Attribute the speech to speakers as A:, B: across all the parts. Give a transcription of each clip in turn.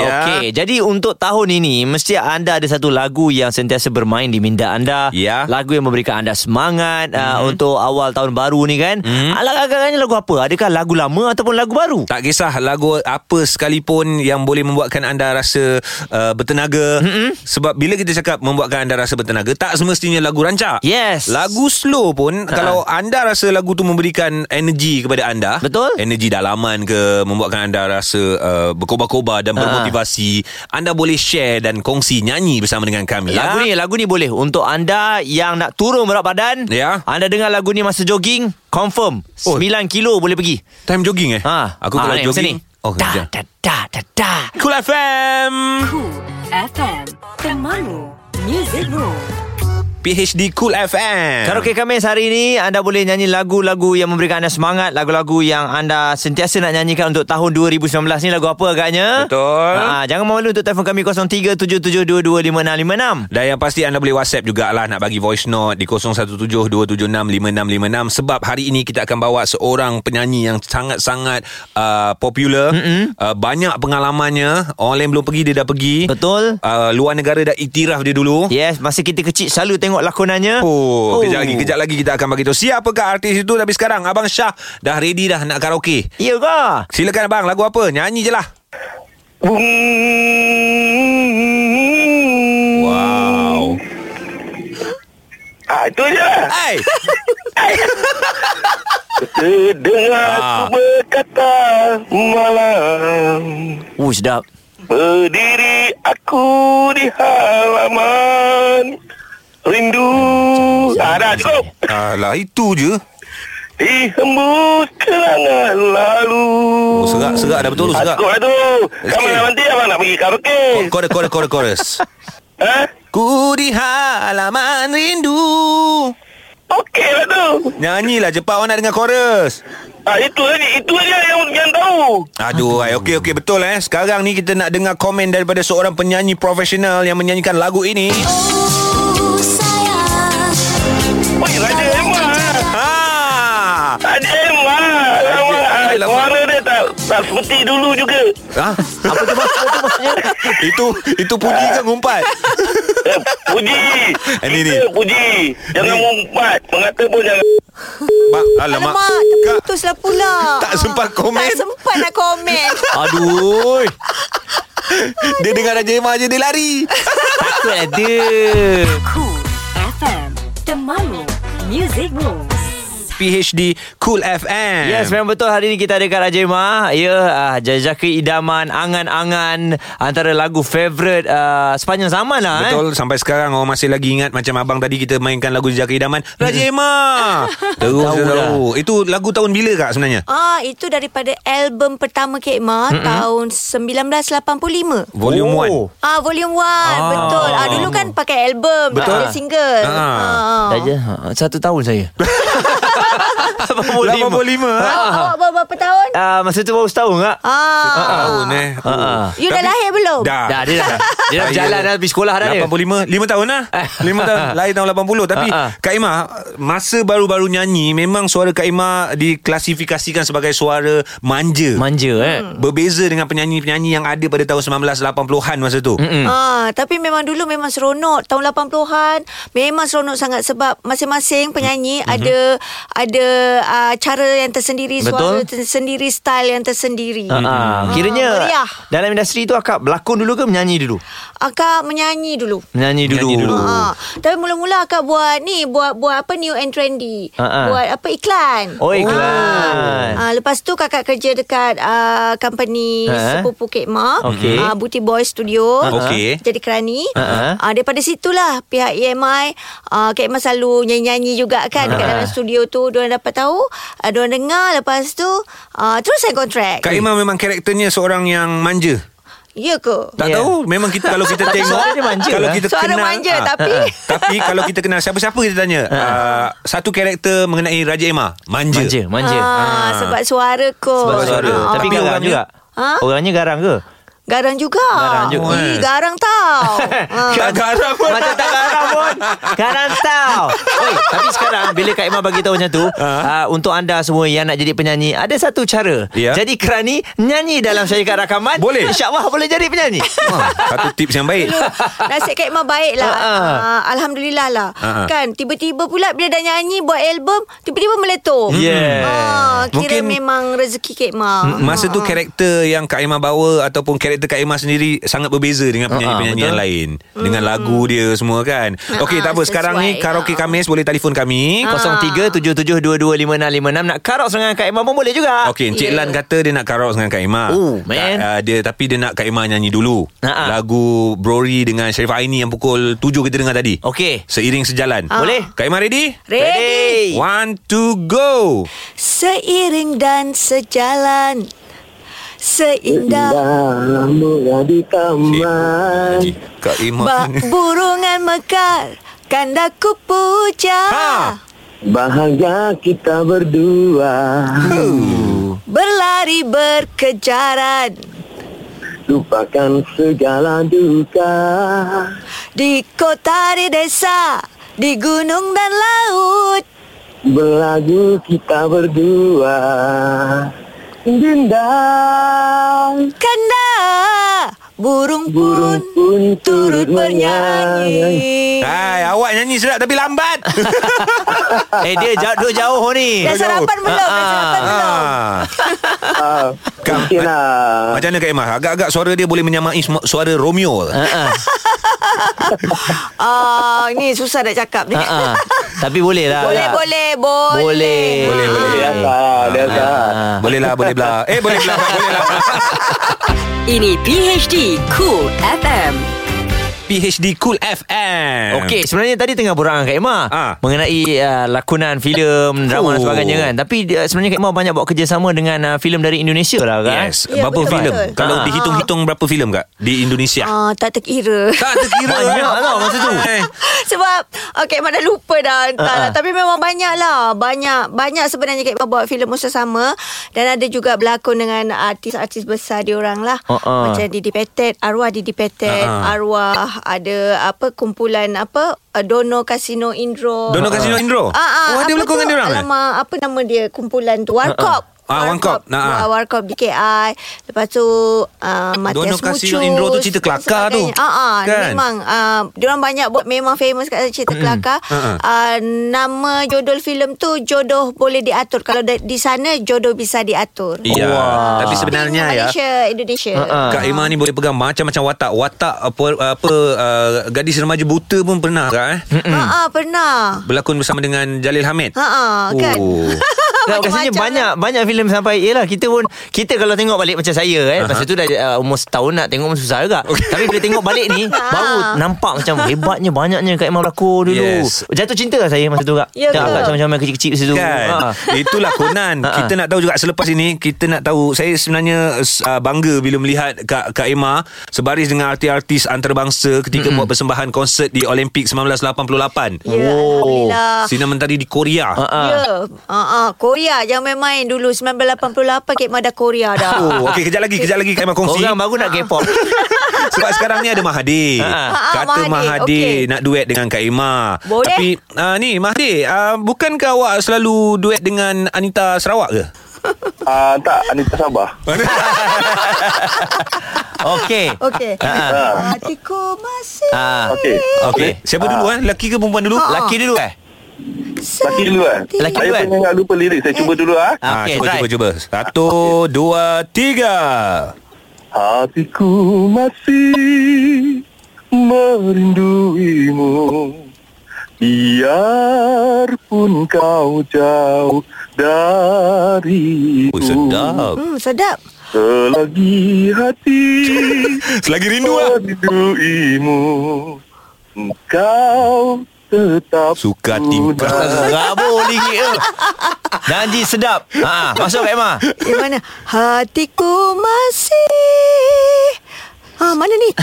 A: ya
B: Okey, jadi untuk tahun ini mesti anda ada satu lagu yang sentiasa bermain di minda anda.
A: Ya. Mhm.
B: Lagu yang memberikan anda semangat mm-hmm. uh, untuk awal tahun baru ni kan. Mm-hmm. Agak-agaknya lagu apa? Adakah lagu lama ataupun lagu baru?
A: Tak kisah lagu apa sekalipun yang boleh membuatkan anda rasa uh, bertenaga. Mm-mm. Sebab bila kita cakap membuatkan anda rasa bertenaga, tak semestinya lagu rancak.
B: Yes.
A: Lagu slow pun ha. kalau anda rasa lagu tu memberikan energi kepada anda,
B: Betul.
A: Energi dalaman ke membuatkan anda rasa uh, berkobar-kobar dan
B: Ha.
A: bermotivasi, anda boleh share dan kongsi nyanyi bersama dengan kami.
B: Lagu ni, lagu ni boleh untuk anda yang nak turun berat badan.
A: Ya.
B: Anda dengar lagu ni masa jogging, confirm
A: Oh.
B: 9 kilo boleh pergi.
A: time jogging eh?
B: Ha.
A: Aku kalau
B: ni, masa
A: jogging.
B: ni.
A: Oh,
B: da,
A: kerja.
B: da, da, da, da.
A: Cool FM.
C: Cool FM, temanmu, muzikmu.
A: PHD Cool FM.
B: Karaoke Kamis hari ini anda boleh nyanyi lagu-lagu yang memberikan anda semangat, lagu-lagu yang anda sentiasa nak nyanyikan untuk tahun 2019 ni lagu apa agaknya?
A: Betul.
B: Ha, jangan malu untuk telefon kami 0377225656.
A: Dan yang pasti anda boleh WhatsApp jugalah nak bagi voice note di 0172765656 sebab hari ini kita akan bawa seorang penyanyi yang sangat-sangat uh, popular, uh, banyak pengalamannya. Orang lain belum pergi dia dah pergi.
B: Betul? Ya.
A: Uh, luar negara dah iktiraf dia dulu.
B: Yes, masa kita kecil selalu tengok lakonannya.
A: Oh, kejap lagi, kejap lagi kita akan bagi tahu siapakah artis itu tapi sekarang Abang Syah dah ready dah nak karaoke.
B: Ya ke?
A: Silakan abang, lagu apa? Nyanyi je lah. Wow.
D: Ah, itu je.
A: Hai.
D: Terdengar
A: Ah.
D: aku berkata malam
B: Oh, sedap.
D: Berdiri aku di halaman Rindu Ah, dah cukup
A: Alah, itu je.
D: Dihembus kenangan lalu
A: Oh, serak-serak dah betul tu,
D: Ah,
A: serak.
D: Cukup dah tu Kamu
A: Okey.
D: nak nanti abang nak pergi karaoke
A: Chorus, chorus, chorus, chorus.
D: Ha?
A: Ku di halaman rindu.
D: Okey lah tu
A: Nyanyilah cepat orang nak dengar chorus.
D: ah, Itu aja Itu aja yang, yang tahu
A: Aduh, Aduh. okey okey betul eh. Sekarang ni kita nak dengar komen daripada seorang penyanyi profesional yang menyanyikan lagu ini.
D: Oi, Raja Emma
A: Ha!
D: Ada Emma Lama Suara dia tak Tak seperti dulu juga
A: Ha? Apa tu maksud apa tu maksudnya? itu itu puji ke ngumpat?
D: eh, Puji
A: Eh, ni, ni.
D: Kita Puji Jangan mengumpat Mengata pun jangan
A: Mak, alamak.
E: Alamak,
A: Kak,
E: terputuslah pula.
A: Tak sempat komen.
E: Tak sempat nak komen.
B: Aduh,
A: dia dengar Raja Emma je dia lari.
B: takut ada.
C: Cool FM, temanmu, muzikmu.
A: PhD Cool FM.
B: Yes, memang betul hari ni kita ada Kak Raja Ima. Ya, uh, jajaki idaman, angan-angan antara lagu favourite uh, sepanjang zaman lah. Eh.
A: Betul sampai sekarang orang masih lagi ingat macam abang tadi kita mainkan lagu Jejaka Idaman Raja Emma. Terus
B: Hmm. Tahu
A: tahu, tahu. Itu lagu tahun bila kak sebenarnya?
E: ah, itu daripada album pertama Kek Ma mm tahun 1985.
A: Volume
B: Oh.
A: 1.
E: Ah, volume 1. Ah. Betul. Ah, dulu kan pakai album,
A: Betul.
E: tak ada single.
A: Ah.
E: Ah.
B: Saja ha, Satu tahun saya
A: 85
B: 85
E: Awak, awak baru berapa tahun?
B: Ah, Masa tu baru setahun tak?
E: Ah.
A: tahun eh.
B: ah.
E: You dah
A: Tapi-
E: lahir belum?
A: Dah.
B: Dah dia dah Dia dah
A: Saya-
B: berjalan dah Habis sekolah dah Ah. dia
A: 85 5 tahun lah 5 tahun Lahir tahun 80 Tapi
B: Ha, ha.
A: Kak Ima Masa baru-baru nyanyi Memang suara Kak Ima Diklasifikasikan sebagai suara Manja
B: Manja eh
E: Hmm.
A: Berbeza dengan penyanyi-penyanyi Yang ada pada tahun 1980-an masa tu Mm-mm.
E: Ah, tapi memang dulu memang seronok tahun 80-an memang seronok sangat sebab masing-masing penyanyi mm-hmm. ada ada uh, cara yang tersendiri suara
B: Betul.
E: tersendiri style yang tersendiri.
B: Ah, ah. Kiranya
E: Ah, meriah.
B: Dalam industri tu Akak berlakon dulu ke Menyanyi dulu
E: Akak menyanyi dulu.
B: Menyanyi dulu,
A: Menyanyi dulu.
E: Ha, tapi mula-mula akak buat ni buat buat apa new and trendy.
B: Ha, ha.
E: Buat apa iklan.
B: Oh, iklan.
E: Ha. Ha, lepas tu kakak kerja dekat uh, company
B: Ha.
E: sepupu Kek Ma,
B: Okey.
E: uh,
B: Ah,
E: Buti Boy Studio. Ah,
A: Ha, okey.
E: Jadi kerani.
B: Ha, ha.
E: Uh, daripada situlah pihak E EMI uh, Kek Ma selalu nyanyi-nyanyi juga kan dekat
B: Ha.
E: dalam studio tu. Diorang dapat tahu, uh, diorang dengar lepas tu uh, terus saya kontrak.
A: Kak Ima memang karakternya Seorang yang manja
E: Ya ke?
A: Tak yeah.
B: Ya.
A: tahu Memang kita Kalau kita tengok
B: Suara dia manja
A: Kalau
B: lah.
A: kita
E: Suara
A: kenal
E: manja,
A: ah,
E: tapi-
A: ah. Tapi kalau kita kenal Siapa-siapa kita tanya ah, Satu karakter Mengenai Raja Emma Manja,
B: Manja, manja.
E: Ah, sebab suara kot.
B: Sebab suara.
A: suara.
E: Ah,
B: Tapi
A: Tapi
B: garang
A: orangnya-
B: juga.
E: Ha?
B: Orangnya garang ke?
E: Garang juga.
B: Garang juga.
E: Ih,
A: Eh.
E: garang tau. Ah.
A: Tak garang pun
B: Macam tak garang pun Garang tau Oi, Tapi sekarang Bila Kak Ima bagi tahu macam tu
A: Ha?
B: uh, Untuk anda semua Yang nak jadi penyanyi Ada satu cara
A: Ya.
B: Jadi kerani Nyanyi dalam syarikat rakaman
A: Boleh.
B: InsyaAllah boleh jadi penyanyi
A: Ah, Satu tips yang baik
E: Nasib Kak Ikmah baik lah
B: Ha, ha.
E: Ah, Alhamdulillah lah
A: Ha, ha.
E: Kan tiba-tiba pula Bila dah nyanyi Buat album Tiba-tiba meletup
B: Yeah.
E: Ah, Kira
A: Mungkin-
E: memang rezeki Kak Ikmah
A: Masa tu karakter yang Kak Ima bawa Ataupun karakter Kak Ima sendiri Sangat berbeza dengan penyanyi-penyanyi
B: Ah, betul. Hmm. Ah,
A: yang lain Dengan lagu dia semua kan Okey tak apa
E: sesuai.
A: Sekarang ni Karaoke
E: Ha.
A: Kamis Boleh telefon kami
B: 0377225656 Nak karaoke dengan Kak Ima pun boleh juga
A: Okey, Encik kan.
E: Ya.
A: Lan kata dia nak karaoke dengan Kak Ima.
B: Oh, man.
A: Tak, uh, dia tapi dia nak Kak Ima nyanyi dulu.
B: Ha-ha.
A: Lagu Brori dengan Sharifah Aini yang pukul 7 kita dengar tadi.
B: Okey.
A: Seiring sejalan.
B: Ah. Boleh.
A: Kak Ima ready?
E: Ready
A: One, two, go.
E: Seiring dan sejalan Seindah
F: Mula di taman
A: Jadi, Kak Ima.
E: Bak burungan mekar Kanda ku puja
A: Ha.
F: Bahagia kita berdua
E: Berlari berkejaran
F: Lupakan segala duka
E: Di kota di desa Di gunung dan laut
F: Berlagu kita berdua Dendam
E: Kanda Burung pun
F: Burung pun
E: Turut
F: turut
E: bernyanyi
A: Hai, awak nyanyi sedap tapi lambat.
B: Eh dia jauh, jauh ni
E: Dah sarapan belum? Dah sarapan belum?
A: ha.
F: ah, Mungkin lah
A: Macam mana Kak Ima? Agak-agak suara dia boleh menyamai sema- suara Romeo.
B: Ah, ah,
E: Ah, Ni susah nak cakap ni
B: ah, ah. Tapi boleh lah
E: Boleh,
B: Kak.
E: boleh, boleh. Ah,
B: Boleh
A: Boleh, boleh.
F: Biasa Biasa
B: Ah.
A: Boleh lah, boleh lah. Eh, boleh lah, boleh lah.
C: Ini PHD Cool FM.
A: PHD Cool FM.
B: Okey, sebenarnya tadi tengah borang Kak Emma
A: Ha.
B: mengenai uh, lakonan filem, drama dan
A: Oh.
B: sebagainya kan. Tapi uh, sebenarnya Kak Emma banyak buat kerjasama dengan uh, filem dari Indonesia lah kan.
A: Yes.
E: Ya,
A: berapa
E: betul,
A: filem?
E: betul.
A: Kalau
B: Ah.
A: dihitung-hitung berapa filem kak di Indonesia?
E: Ah, tak terkira
A: Tak terkira
B: Banyak tau masa tu.
A: Eh.
E: Sebab Okay Mak dah lupa dah Entah
B: Ha-ha.
E: lah Tapi memang banyak lah Banyak Banyak sebenarnya Kak Mak buat filem musuh sama Dan ada juga berlakon dengan Artis-artis besar diorang lah
B: Ha-ha.
E: Macam Didi Petet Arwah Didi Petet
A: Ha-ha.
E: Arwah Ada apa Kumpulan apa uh, Dono Casino Indro
A: Dono Casino Indro?
E: Ah, ah,
A: Oh, ada
E: apa
A: berlakon
E: tu?
A: dengan diorang, eh?
E: Alamak Apa nama dia Kumpulan tu Warkop
A: Ah, Warkop. Nah, ah.
E: War- Warkop DKI Lepas tu uh, Matias
A: Dono Casino
E: Mucus,
A: Indro tu cerita
E: dan
A: kelakar tu.
E: sebagainya. Ah, ah,
A: Kan?
E: Memang uh, Diorang banyak buat Memang famous kat cerita kelakar
A: Ha-ha.
E: uh, Nama judul filem tu Jodoh boleh diatur Kalau da- di sana Jodoh bisa diatur
A: Ya.
B: Wah.
A: Tapi sebenarnya ya. ah.
E: Malaysia Indonesia
B: Ha-ha.
A: Kak Ima ni boleh pegang macam-macam watak. Watak apa apa uh, gadis remaja buta pun pernah kak eh?
B: Hmm.
E: Ha ah pernah
A: Berlakon bersama dengan Jalil Hamid.
E: Ha ah kan
A: Oh.
B: Kak,
E: Macam-macam
B: Rasanya
E: lah.
B: banyak Banyak filem sampai Yelah kita pun Kita kalau tengok balik Macam saya eh Masa tu dah uh, Umur setahun nak tengok pun Susah juga Tapi bila tengok balik ni
E: Ah.
B: Baru nampak macam Hebatnya banyaknya Kak Imam berlakon dulu
A: Yes.
B: Jatuh cinta lah saya Masa tu Kak
E: Ya ke?
B: Tengok Kak macam-macam main kecil-kecil Masa tu
A: Kan
B: Ha.
A: Itulah Conan
B: Ha-ha.
A: Kita nak tahu juga Selepas ini Kita nak tahu Saya sebenarnya uh, Bangga bila melihat Kak, Kak Emma Sebaris dengan artis-artis Antarabangsa Ketika buat persembahan Konsert di Olimpik 1988
E: Ya
A: Oh.
E: Alhamdulillah
A: Sinar mentari di Korea
E: Ya
B: ah.
E: ha ah Korea Jangan main-main dulu 1988 Kek Mada Korea dah
A: Oh, okey kejap lagi, kejap lagi Kak Emma kongsi.
B: Orang baru nak K-pop
A: Sebab sekarang ni ada Mahathir.
E: Ha,
A: Kata
E: Mahathir,
A: Mahathir
E: okey.
A: nak duet dengan Kak Ima.
E: Boleh.
A: Tapi uh, ni Mahathir, uh, bukankah awak selalu duet dengan Anita Sarawak ke?
F: Ah, Tak Anita Sabah
B: Okey
E: Okey
F: Ha.
E: Hatiku masih
B: Ah.
F: Okey.
A: Okey. Siapa dulu eh? Lelaki ke perempuan dulu?
E: Ha.
B: Laki Ah. dulu eh
F: Laki dulu kan
B: Laki
F: Saya
B: dulu kan?
F: pun ingat lupa lirik Saya cuba dulu ah.
B: Ah,
A: Ah,
B: okey,
A: cuba,
B: try.
A: cuba, cuba. Satu, dua, tiga.
F: Hatiku masih merinduimu Biarpun kau jauh dariku
A: Oh, sedap.
E: Hmm sedap
F: Selagi hati
A: Selagi rindu lah.
F: merinduimu Kau tetap
A: Suka tingkah.
B: Rabur lingit tu Janji sedap Ah. ha, Masuk Kak Emma
E: Di mana hatiku masih Ah, mana ni?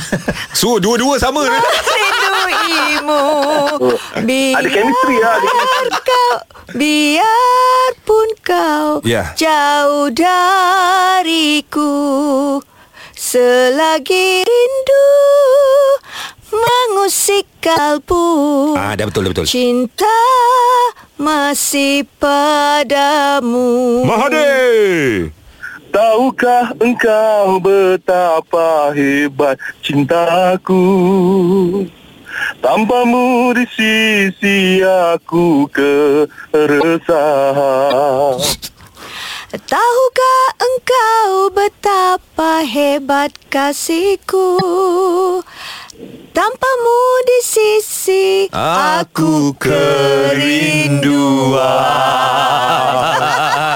A: So dua-dua sama dia.
E: Rindu imu Bila
F: Ada chemistry lah, ada
E: kau Biarpun kau
A: Ya.
E: Jauh dariku Selagi rindu Mengusik kalbu
A: Ah, dah betul, dah betul.
E: Cinta masih padamu
A: Mahathir.
F: Tahukah engkau betapa hebat cintaku Tanpamu di sisi aku keresahan
E: Tahukah engkau betapa hebat kasihku Tanpamu di sisi aku, aku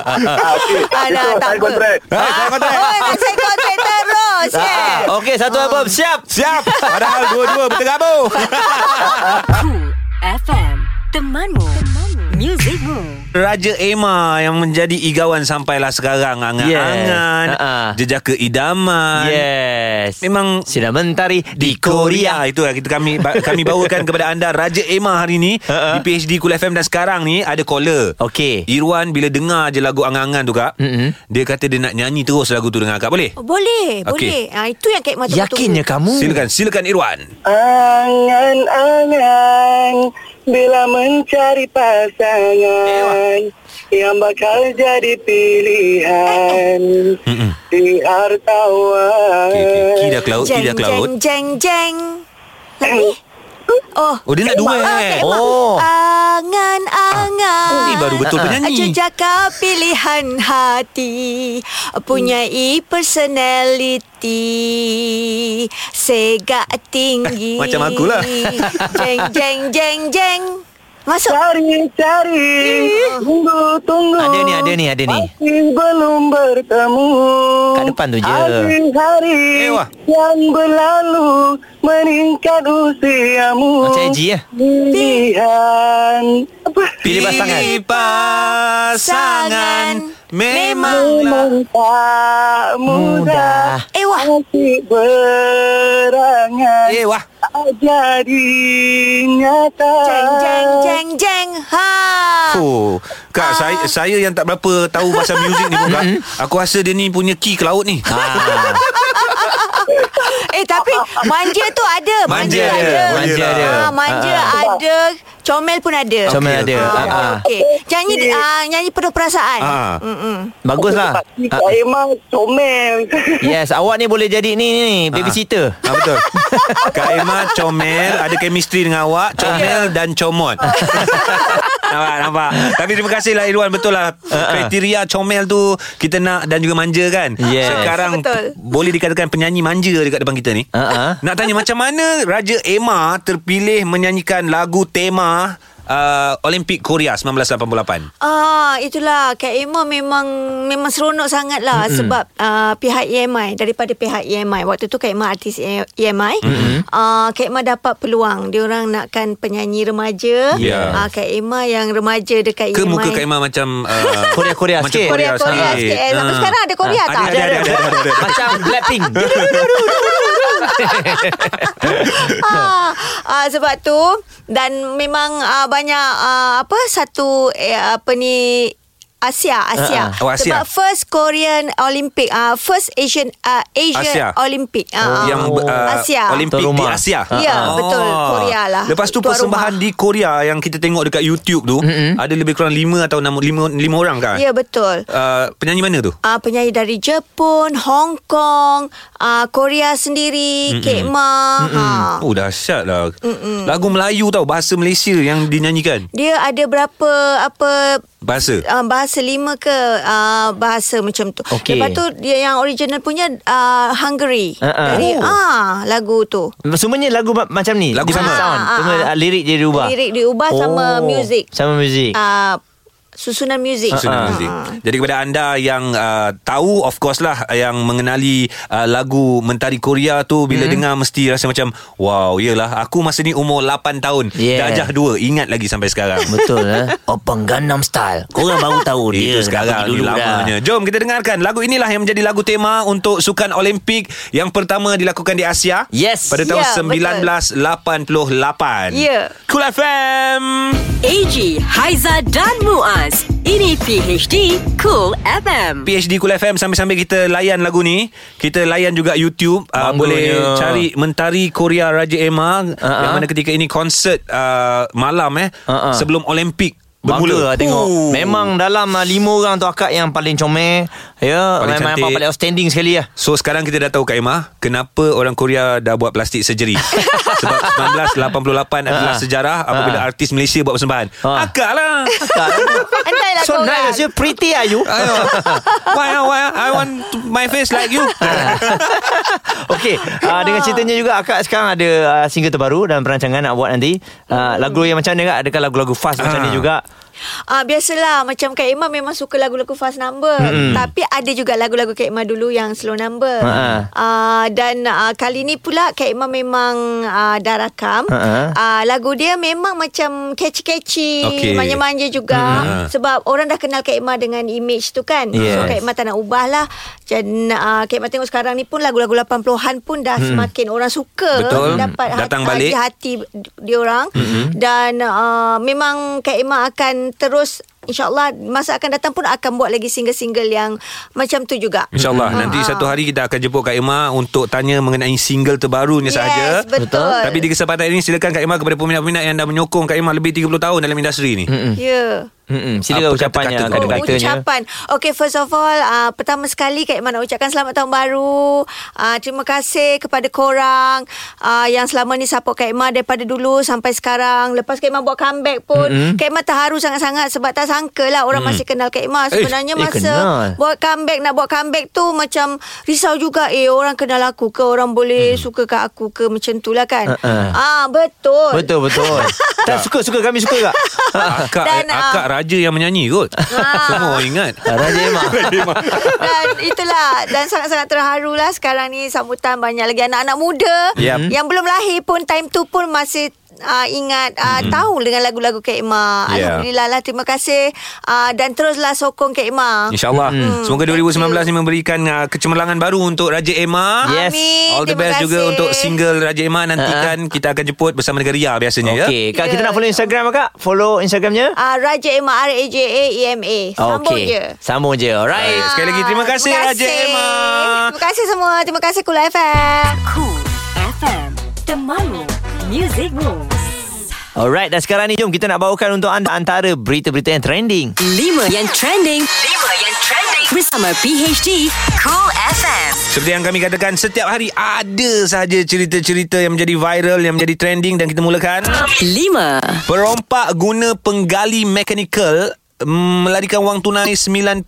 E: Alah, tak
F: Saya
E: apa.
F: kontrak
A: Hai, saya kata.
E: Oh, nak saya kontrak terus eh.
B: Ah, Okey, satu album siap.
A: Siap. Padahal dua-dua berterabur.
C: Cool FM Temanmu Muzikmu
A: Raja Emma yang menjadi igawan sampailah sekarang. Angan-angan.
B: Yes. Ha-ha.
A: Jejaka idaman.
B: Yes.
A: Memang
B: sinar mentari di Korea.
A: Itu lah kita kami ba- kami bawakan kepada anda Raja Emma hari ni di
B: Ha-ha.
A: PhD Kul FM dan sekarang ni ada caller.
B: Okey.
A: Irwan bila dengar je lagu angan-angan tu kak,
B: Mm-mm.
A: dia kata dia nak nyanyi terus lagu tu dengan kak boleh?
E: Oh, boleh, boleh.
A: Okey.
E: Ha, itu yang kait mata
B: Yakinnya kamu?
A: Silakan, silakan Irwan.
F: Angan-angan Bila mencari pasangan Yang bakal jadi pilihan Di hartawan
A: Okey, okey. Ki dah kelaut, ki
E: Jeng,
A: dah
E: jeng,
A: kelaut.
E: jeng, jeng. Lagi. Oh.
A: Oh, dia nak
E: Kak
A: dua,
E: Mak.
A: eh.
E: Kak Mak.
B: Oh.
E: Angan, angan.
A: Ah, ni baru betul
E: Ah, ah.
A: penyanyi.
E: Jejaka pilihan hati.
A: Hmm.
E: Punyai personality. Segak tinggi.
A: Eh, Macam lah. akulah.
E: jeng, jeng, jeng, jeng. Masuk.
F: Cari-cari Tunggu-tunggu
B: Ada ni, ada ni, ada ni.
F: Masih belum bertemu
B: Kat depan tu je.
F: Hari-hari
A: Eh, wah.
F: Yang berlalu Meningkat usiamu
B: Macam Eji lah.
F: Pilihan Apa?
B: Pilih pasangan.
A: Pilih pasangan memanglah.
F: Memang tak mudah
B: Mudah.
E: Eh, wah.
F: Masih berangan
B: lah.
A: Eh, wah.
F: Jadi nyata
E: Jeng, jeng, jeng, jeng. Ha.
B: Ah.
A: Oh, Kak, saya saya yang tak berapa tahu pasal muzik ni pun Kak. Aku rasa dia ni punya key ke laut ni.
B: Ah,
E: Eh tapi manja tu ada
A: Manja dia,
E: ada
B: manja dia.
E: ha, Manja
B: Ah,
E: ada Comel pun ada
B: comel
A: Okey,
B: ada.
E: Ah,
B: Ah, ah.
E: Okey. Nyanyi ah, nyanyi penuh perasaan.
A: Ah.
E: Mm-mm.
B: Baguslah. Ah,
F: Saya memang comel
B: Yes, awak ni boleh jadi ni ni, ni babysitter.
A: Ha, betul. Kak Emma comel, ada chemistry dengan awak,
B: Ah.
A: comel dan comot. nampak, nampak. Tapi terima kasih lah Irwan, betul lah.
B: Ah,
A: Kriteria comel tu kita nak dan juga manja kan.
B: Yes.
A: Sekarang
E: Betul.
A: boleh dikatakan penyanyi manja dekat depan kita ni.
B: Ah, ah.
A: Nak tanya macam mana Raja Emma terpilih menyanyikan lagu tema uh, Olimpik Korea 1988?
E: Ah, itulah Kak Emma memang memang seronok sangat lah mm-hmm. sebab uh, pihak EMI daripada pihak EMI waktu tu Kak Emma artis E- EMI mm-hmm. uh, Kak Emma dapat peluang diorang nakkan penyanyi remaja
A: Ya.
E: Ah, Kak Emma yang remaja dekat E
A: Ke
E: EMI
A: muka Kak Emma macam uh,
B: Korea-Korea
A: macam
B: sikit.
E: Korea Korea
A: sikit.
E: sikit eh. Sampai
A: Ah.
E: sekarang ada Korea
A: Ah,
E: tak?
A: Ada ada ada, ada, ada.
B: Macam Blackpink.
E: ah, ah, sebab tu dan memang ah, banyak ah, apa satu eh, apa ni Asia Asia.
A: Ah, ah. Oh, Asia.
E: Sebab first Korean Olympic ah first Asian ah, Asia
A: Asia.
E: Olympic ah, ah.
A: yang uh,
E: Asia
A: Olimpik
B: Tuan
A: di
B: rumah.
A: Asia. Ah.
E: Ya, betul. Korea lah.
A: Lepas tu
E: Tuan
A: persembahan
E: rumah.
A: di Korea yang kita tengok dekat YouTube tu mm-hmm. ada lebih kurang 5 atau 6 5 5 orang kan?
E: Ya betul.
A: Uh, penyanyi mana tu?
E: Uh, penyanyi dari Jepun, Hong Kong, uh, Korea sendiri, Kek Ma. Ha.
A: Oh dahsyat lah Mm-mm. Lagu Melayu tau Bahasa Malaysia yang dinyanyikan
E: Dia ada berapa apa
A: Bahasa
E: uh, bahasa lima ke uh, bahasa macam tu.
B: Okey.
E: Lepas tu dia yang original punya uh, Hungary.
B: Ah, ah.
E: Dari
B: Oh.
E: ah lagu tu.
B: Semuanya lagu ma- macam ni.
A: Lagu
B: Different
A: sama.
B: Sound.
E: Ah, ah,
B: Cuma
E: ah.
B: ah, lirik dia diubah. Ah.
E: Lirik diubah sama muzik.
B: Sama muzik.
E: Uh, susunan muzik.
A: Sunan
E: Ah.
A: Muzik. Jadi kepada anda yang uh, tahu of course lah yang mengenali uh, lagu Mentari Korea tu
E: Hmm.
A: bila mm-hmm. dengar mesti rasa macam wow iyalah aku masa ni umur 8 tahun
B: Yeah.
A: dajah 2 ingat lagi sampai sekarang.
B: Betul eh Opang Gangnam Style Korang baru tahu dia
A: Itu
B: dah
A: sekarang
B: pergi
A: ni lamanya Jom kita dengarkan Lagu inilah yang menjadi lagu tema Untuk Sukan Olimpik Yang pertama dilakukan di Asia
B: Yes.
A: Pada tahun
E: Ya,
A: yeah, 1988
E: Ya.
A: Cool FM
C: AG, Haiza dan Muaz. Ini PHD Cool FM.
A: PhD Kul FM sambil-sambil kita layan lagu ni, kita layan juga YouTube. Uh,
B: Bangganya.
A: boleh cari Mentari Korea Raja Emma uh-huh.
B: Ah,
A: yang
B: ah.
A: mana ketika ini konsert uh, malam eh
B: Ah, ah.
A: sebelum Olimpik
B: Bangga
A: bermula.
B: lah tengok
A: Ooh.
B: Memang dalam ah, lima orang tu akak yang paling comel Ya
A: Paling
B: Memang
A: cantik.
B: abang paling outstanding sekali lah
A: So sekarang kita dah tahu Kak Emma Kenapa orang Korea dah buat plastik surgery Sebab 1988 adalah
B: Ah.
A: sejarah Apabila
B: Ah.
A: artis Malaysia buat persembahan
B: Ah.
A: Akak lah
E: Entahlah kan.
B: So
E: korang.
B: nice you Pretty are you
A: Ayo. Why, ah, why I want to, my face like you
B: Ha. Okey, uh,
E: Ah.
B: dengan ceritanya juga akak sekarang ada uh, single terbaru dan perancangan nak buat nanti. Uh,
E: Hmm.
B: lagu yang macam mana kak? Adakah lagu-lagu fast macam
A: Ah.
B: ni juga?
E: Ah biasalah macam Kak Emma memang suka lagu-lagu fast number mm-hmm. tapi ada juga lagu-lagu Kak Emma dulu yang slow number.
B: Ha-ha.
E: Ah dan ah, kali ni pula Kak Emma memang ah, dah rakam.
B: Ha-ha.
E: Ah lagu dia memang macam catchy-catchy,
A: Okey.
E: manja-manja juga
A: Mm-mm.
E: sebab orang dah kenal Kak Emma dengan image tu kan. So
B: Yes.
E: Kak Emma tak nak ubah lah. Dan ah, Kak Emma tengok sekarang ni pun lagu-lagu 80-an pun dah semakin orang suka
A: Betul.
E: dapat
A: Datang
E: hati,
A: balik.
E: hati diorang mm-hmm.
A: Mhm.
E: dan uh, memang Kak Emma akan terus InsyaAllah masa akan datang pun akan buat lagi single-single yang macam tu juga.
A: InsyaAllah Nanti satu hari kita akan jemput Kak Ima Untuk tanya mengenai single terbarunya
E: Yes,
A: sahaja
E: betul. Betul.
A: Tapi di kesempatan ini Silakan Kak Ima kepada peminat-peminat Yang dah menyokong Kak Ima Lebih 30 tahun dalam industri ni
E: Ya. Yeah.
B: Hmm, silakan
A: Apa
B: ucapannya
A: kata-kata
B: kata
A: tu?
E: Oh,
B: katanya.
E: ucapan. Okay, first of all, uh, pertama sekali Kak Iman nak ucapkan selamat tahun baru. Uh, terima kasih kepada korang uh, yang selama ni support Kak Iman daripada dulu sampai sekarang. Lepas Kak Iman buat comeback pun, mm-hmm. Kak Iman terharu sangat-sangat sebab tak sangka lah orang mm. masih kenal Kak Iman. Sebenarnya
B: eh,
E: eh, masa
B: kenal.
E: buat comeback, nak buat comeback tu macam risau juga. Eh, orang kenal aku ke? Orang boleh mm. suka kat aku ke? Macam tu lah kan?
B: Uh-uh.
E: Ah, betul.
B: Betul betul. tak suka suka kami suka kak.
A: Akak,
E: Dan,
A: eh, akak
E: ah,
A: raja yang menyanyi kot Semua orang ingat
B: Raja Emma.
E: dan itulah dan sangat-sangat terharu lah sekarang ni sambutan banyak lagi anak-anak muda
A: Yep.
E: yang belum lahir pun time tu pun masih Uh, ingat uh, mm. tahu dengan lagu-lagu Kak Ima
A: Hmm. Yeah.
E: Alhamdulillah lah Terima kasih uh, Dan teruslah sokong Kak Ima
A: InsyaAllah hmm. Semoga 2019 ni memberikan uh, Kecemerlangan baru untuk Raja Emma
B: Yes.
E: Amin
A: All the
E: Terima
A: best
E: kasih.
A: juga untuk single Raja Emma Nantikan kita akan jemput bersama dengan Ria biasanya ya.
B: Okey, kak kita
E: Ya.
B: nak follow Instagram kak? Follow Instagramnya?
E: uh, Raja Ima R-A-J-A-E-M-A Ah, Sambung
B: Okey.
E: je Ah,
B: Sambung je. Alright.
A: Sekali lagi terima kasih, Raja Emma.
E: Terima kasih semua Terima kasih Kul FM
C: Cool FM. Temanmu. Music Moves.
B: Alright, dan sekarang ni jom kita nak bawakan untuk anda antara berita-berita yang trending.
C: 5 yang trending. 5 yang trending. Bersama PHD Cool FM.
A: Seperti yang kami katakan Setiap hari ada sahaja cerita-cerita Yang menjadi viral Yang menjadi trending Dan kita mulakan
C: 5.
A: Perompak guna penggali mekanikal mm, Melarikan wang tunai 9.5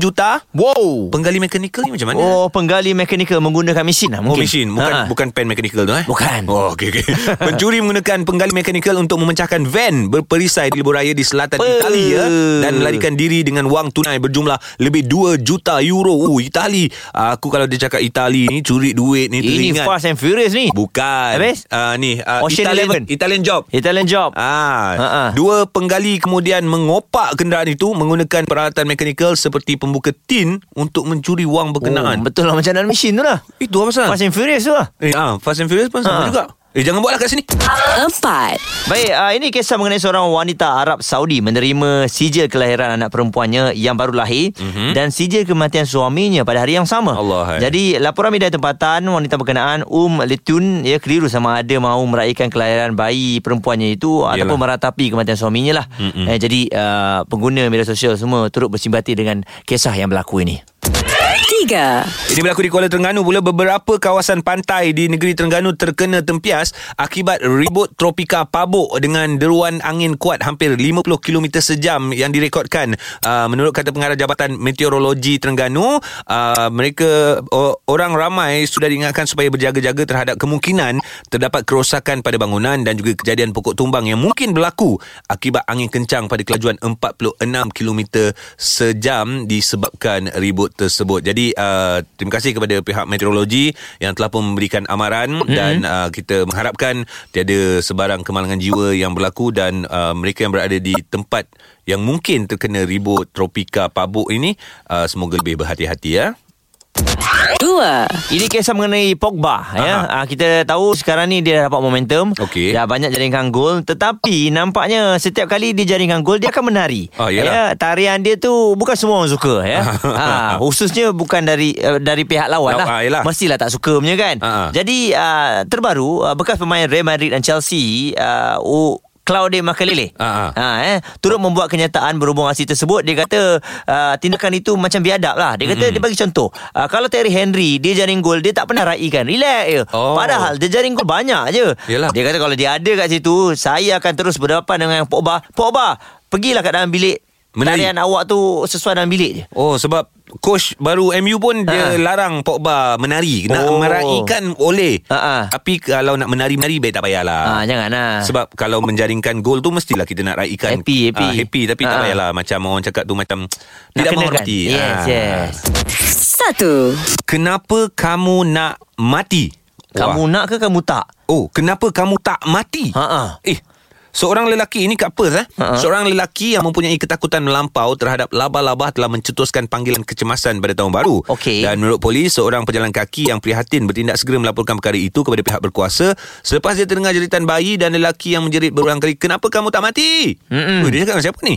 A: juta
B: Wow.
A: Penggali mekanikal ni macam mana?
B: Oh, penggali mekanikal menggunakan mesin lah
A: Oh,
B: mungkin.
A: mesin bukan
B: Ha.
A: bukan pen mekanikal tu eh.
B: Bukan.
A: Oh okey okey. Pencuri menggunakan penggali mekanikal untuk memecahkan van berperisai di libur raya di selatan
B: Pe-
A: Itali ya dan melarikan diri dengan wang tunai berjumlah lebih 2 juta euro. Uh Itali. Aku kalau dia cakap Itali ni curi duit ni
B: Ini
A: teringat.
B: Fast and Furious ni.
A: Bukan.
B: Habis?
A: Uh, ni uh,
B: Ocean Eleven.
A: Italian, Italian job.
B: Italian job.
A: Ah,
B: Ha-ha.
A: dua penggali kemudian mengopak kenderaan itu menggunakan peralatan mekanikal seperti pembuka tin untuk mencuri wang
B: Oh,
A: berkenaan.
B: betul lah macam dalam mesin tu lah.
A: Itu apa pasal?
B: Fast and Furious tu lah.
A: Eh, ah, Fast and Furious pun sama
B: Ha.
A: juga. Eh, jangan buatlah kat sini.
C: 4.
B: Baik, uh, ini kisah mengenai seorang wanita Arab Saudi menerima sijil kelahiran anak perempuannya yang baru lahir mm-hmm. dan sijil kematian suaminya pada hari yang sama.
A: Allah, hai.
B: Jadi, laporan media tempatan wanita berkenaan Um Letun ya keliru sama ada mahu meraihkan kelahiran bayi perempuannya itu Yalah. ataupun meratapi kematian suaminya lah. ah, Mm-hmm. Eh, jadi, uh, pengguna media sosial semua turut bersimpati dengan kisah yang berlaku ini.
C: Tiga.
A: Ini berlaku di Kuala Terengganu pula beberapa kawasan pantai di negeri Terengganu terkena tempias akibat ribut tropika pabuk dengan deruan angin kuat hampir 50 km sejam yang direkodkan. Uh, menurut kata pengarah Jabatan Meteorologi Terengganu, uh, mereka o, orang ramai sudah diingatkan supaya berjaga-jaga terhadap kemungkinan terdapat kerosakan pada bangunan dan juga kejadian pokok tumbang yang mungkin berlaku akibat angin kencang pada kelajuan 46 km sejam disebabkan ribut tersebut. Jadi uh, terima kasih kepada pihak meteorologi yang telah pun memberikan amaran mm-hmm. dan uh, kita mengharapkan tiada sebarang kemalangan jiwa yang berlaku dan uh, mereka yang berada di tempat yang mungkin terkena ribut tropika pabuk ini uh, semoga lebih berhati-hati ya.
C: Dua.
B: Ini kisah mengenai Pogba ya. Ah, kita tahu sekarang ni dia dapat momentum.
A: Okey.
B: Dah banyak jaringkan gol tetapi nampaknya setiap kali dia jaringkan gol dia akan menari.
A: Ah, yalah.
B: Ya, tarian dia tu bukan semua orang suka ya. ha, khususnya bukan dari eh, dari pihak lawan
A: Ah,
B: lah.
A: yalah.
B: Mestilah tak suka punya kan.
A: Ah, ah.
B: Jadi ah, terbaru ah, bekas pemain Real Madrid dan Chelsea ah, oh, Claude Makelele
A: Ah, ah.
B: ha, eh, Turut membuat kenyataan berhubung aksi tersebut Dia kata uh, tindakan itu macam biadab lah Dia
A: Hmm.
B: kata mm-hmm. dia bagi contoh uh, Kalau Terry Henry dia jaring gol Dia tak pernah raikan Relax je
A: Oh.
B: oh. Padahal dia jaring gol banyak je
A: Yelah.
B: Dia kata kalau dia ada kat situ Saya akan terus berdepan dengan Pogba Pogba Pergilah kat dalam bilik
A: Menari.
B: Tarian awak tu sesuai dalam bilik je
A: Oh sebab coach baru MU pun dia
B: Ha.
A: larang Pogba menari. Nak oh.
B: Oh.
A: meraikan boleh.
B: Ha, ha.
A: Tapi kalau nak menari-menari baik tak payahlah.
B: Ah, jangan lah.
A: Sebab kalau menjaringkan gol tu mestilah kita nak raikan
B: Happy, happy.
A: Ah, happy tapi tak
B: Ha, ha.
A: payahlah macam orang cakap tu macam tidak
B: kenakan.
A: menghormati.
B: kan? Yes
A: Ah.
B: yes
C: Satu.
A: Kenapa kamu nak mati?
B: Kamu
A: Wah.
B: nak ke kamu tak
A: Oh, kenapa kamu tak mati?
B: Ha, ha.
A: Eh, seorang lelaki ini kat Perth eh.
B: Ha, ha.
A: Seorang lelaki yang mempunyai ketakutan melampau terhadap laba-laba telah mencetuskan panggilan kecemasan pada tahun baru.
B: Okey.
A: Dan menurut polis, seorang pejalan kaki yang prihatin bertindak segera melaporkan perkara itu kepada pihak berkuasa selepas dia terdengar jeritan bayi dan lelaki yang menjerit berulang kali, "Kenapa kamu tak mati?" Ui, dia cakap dengan siapa ni?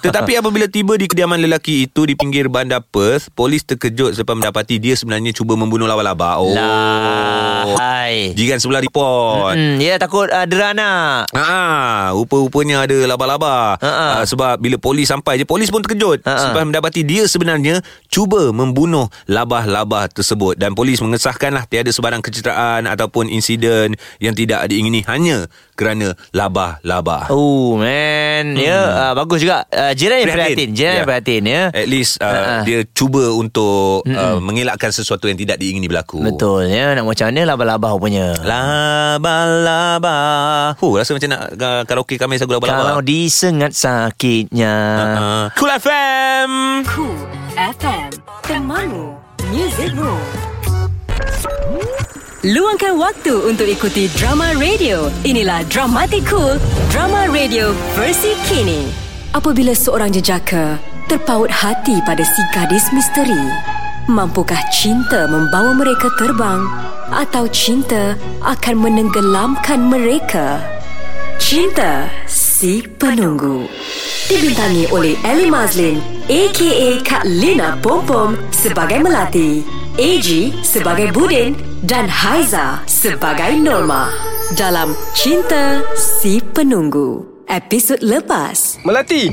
A: Tetapi apabila tiba di kediaman lelaki itu di pinggir bandar Perth, polis terkejut selepas mendapati dia sebenarnya cuba membunuh laba-laba. Oh.
B: Lah. Lahai
A: Jiran sebelah report.
B: Hmm, ya takut uh, dera nak
A: Ha, rupa-rupanya ada laba-laba.
B: Ha-ha.
A: Ah, sebab bila polis sampai je polis pun terkejut
B: Ha-ha.
A: sebab mendapati dia sebenarnya cuba membunuh laba-laba tersebut dan polis mengesahkanlah tiada sebarang kecederaan ataupun insiden yang tidak diingini hanya kerana laba-laba.
B: Oh man Ya uh, Bagus juga uh, Jiran yang prihatin Jiran yang prihatin ya
A: At least uh,
B: Ha-ha.
A: dia cuba untuk uh, mengelakkan sesuatu yang tidak diingini berlaku.
B: Betul ya Nak macam mana laba-laba punya
A: Laba-laba. Huh, rasa macam nak uh, karaoke kami lagu laba-laba.
B: Kalau disengat sakitnya ah.
A: Uh, cool FM.
C: Cool FM. Temanmu. Music Room. Luangkan waktu untuk ikuti drama radio. Inilah Dramatic Cool, drama radio versi kini. Apabila seorang jejaka terpaut hati pada si gadis misteri, mampukah cinta membawa mereka terbang atau cinta akan menenggelamkan mereka? Cinta Si Penunggu Dibintangi oleh Ellie Mazlin A.K.A. Kak Lina Pompom sebagai Melati AG sebagai Budin dan Haiza sebagai Norma dalam Cinta Si Penunggu episod lepas
G: Melati,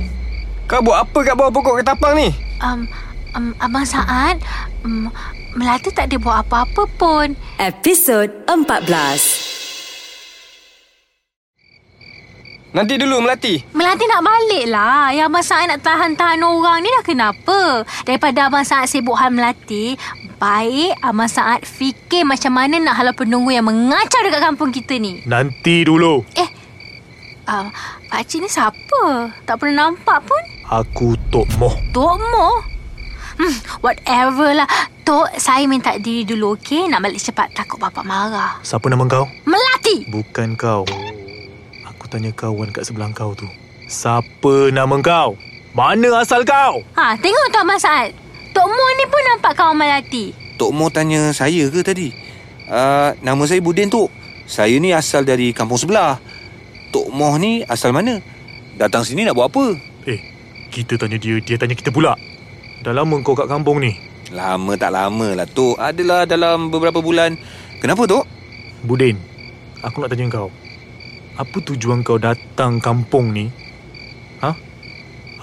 G: kau buat apa kat bawah pokok ketapang ni?
H: Um, um, Abang Saad, um, Melati tak ada buat apa-apa pun.
C: episod 14
G: Nanti dulu Melati.
H: Melati nak balik lah. Yang Abang Saad nak tahan-tahan orang ni dah kenapa? Daripada Abang Saad sibuk hal Melati, baik Abang Saad fikir macam mana nak halau penunggu yang mengacau dekat kampung kita ni.
I: Nanti dulu
H: Um, Pakcik ni siapa? Tak pernah nampak pun.
I: Aku Tok Moh
H: Tok Mo? Hmm, whatever lah. Tok, saya minta diri dulu, okey? Nak balik cepat. Takut bapak marah.
I: Siapa nama kau?
H: Melati!
I: Bukan kau Aku tanya kawan kat sebelah kau tu Siapa nama kau? Mana asal kau?
H: Ha, tengok Tok Mas Saad. Tok Mo ni pun nampak kawan Melati.
A: Tok Mo tanya saya ke tadi? Uh, nama saya Budin Tok. Saya ni asal dari kampung sebelah. Tok Moh ni asal mana? Datang sini nak buat apa?
I: Eh, kita tanya dia, dia tanya kita pula Dah lama kau kat kampung ni
A: Lama tak lama lah Tok. Adalah dalam beberapa bulan. Kenapa Tok?
I: Budin, aku nak tanya kau Apa tujuan kau datang kampung ni? Ha?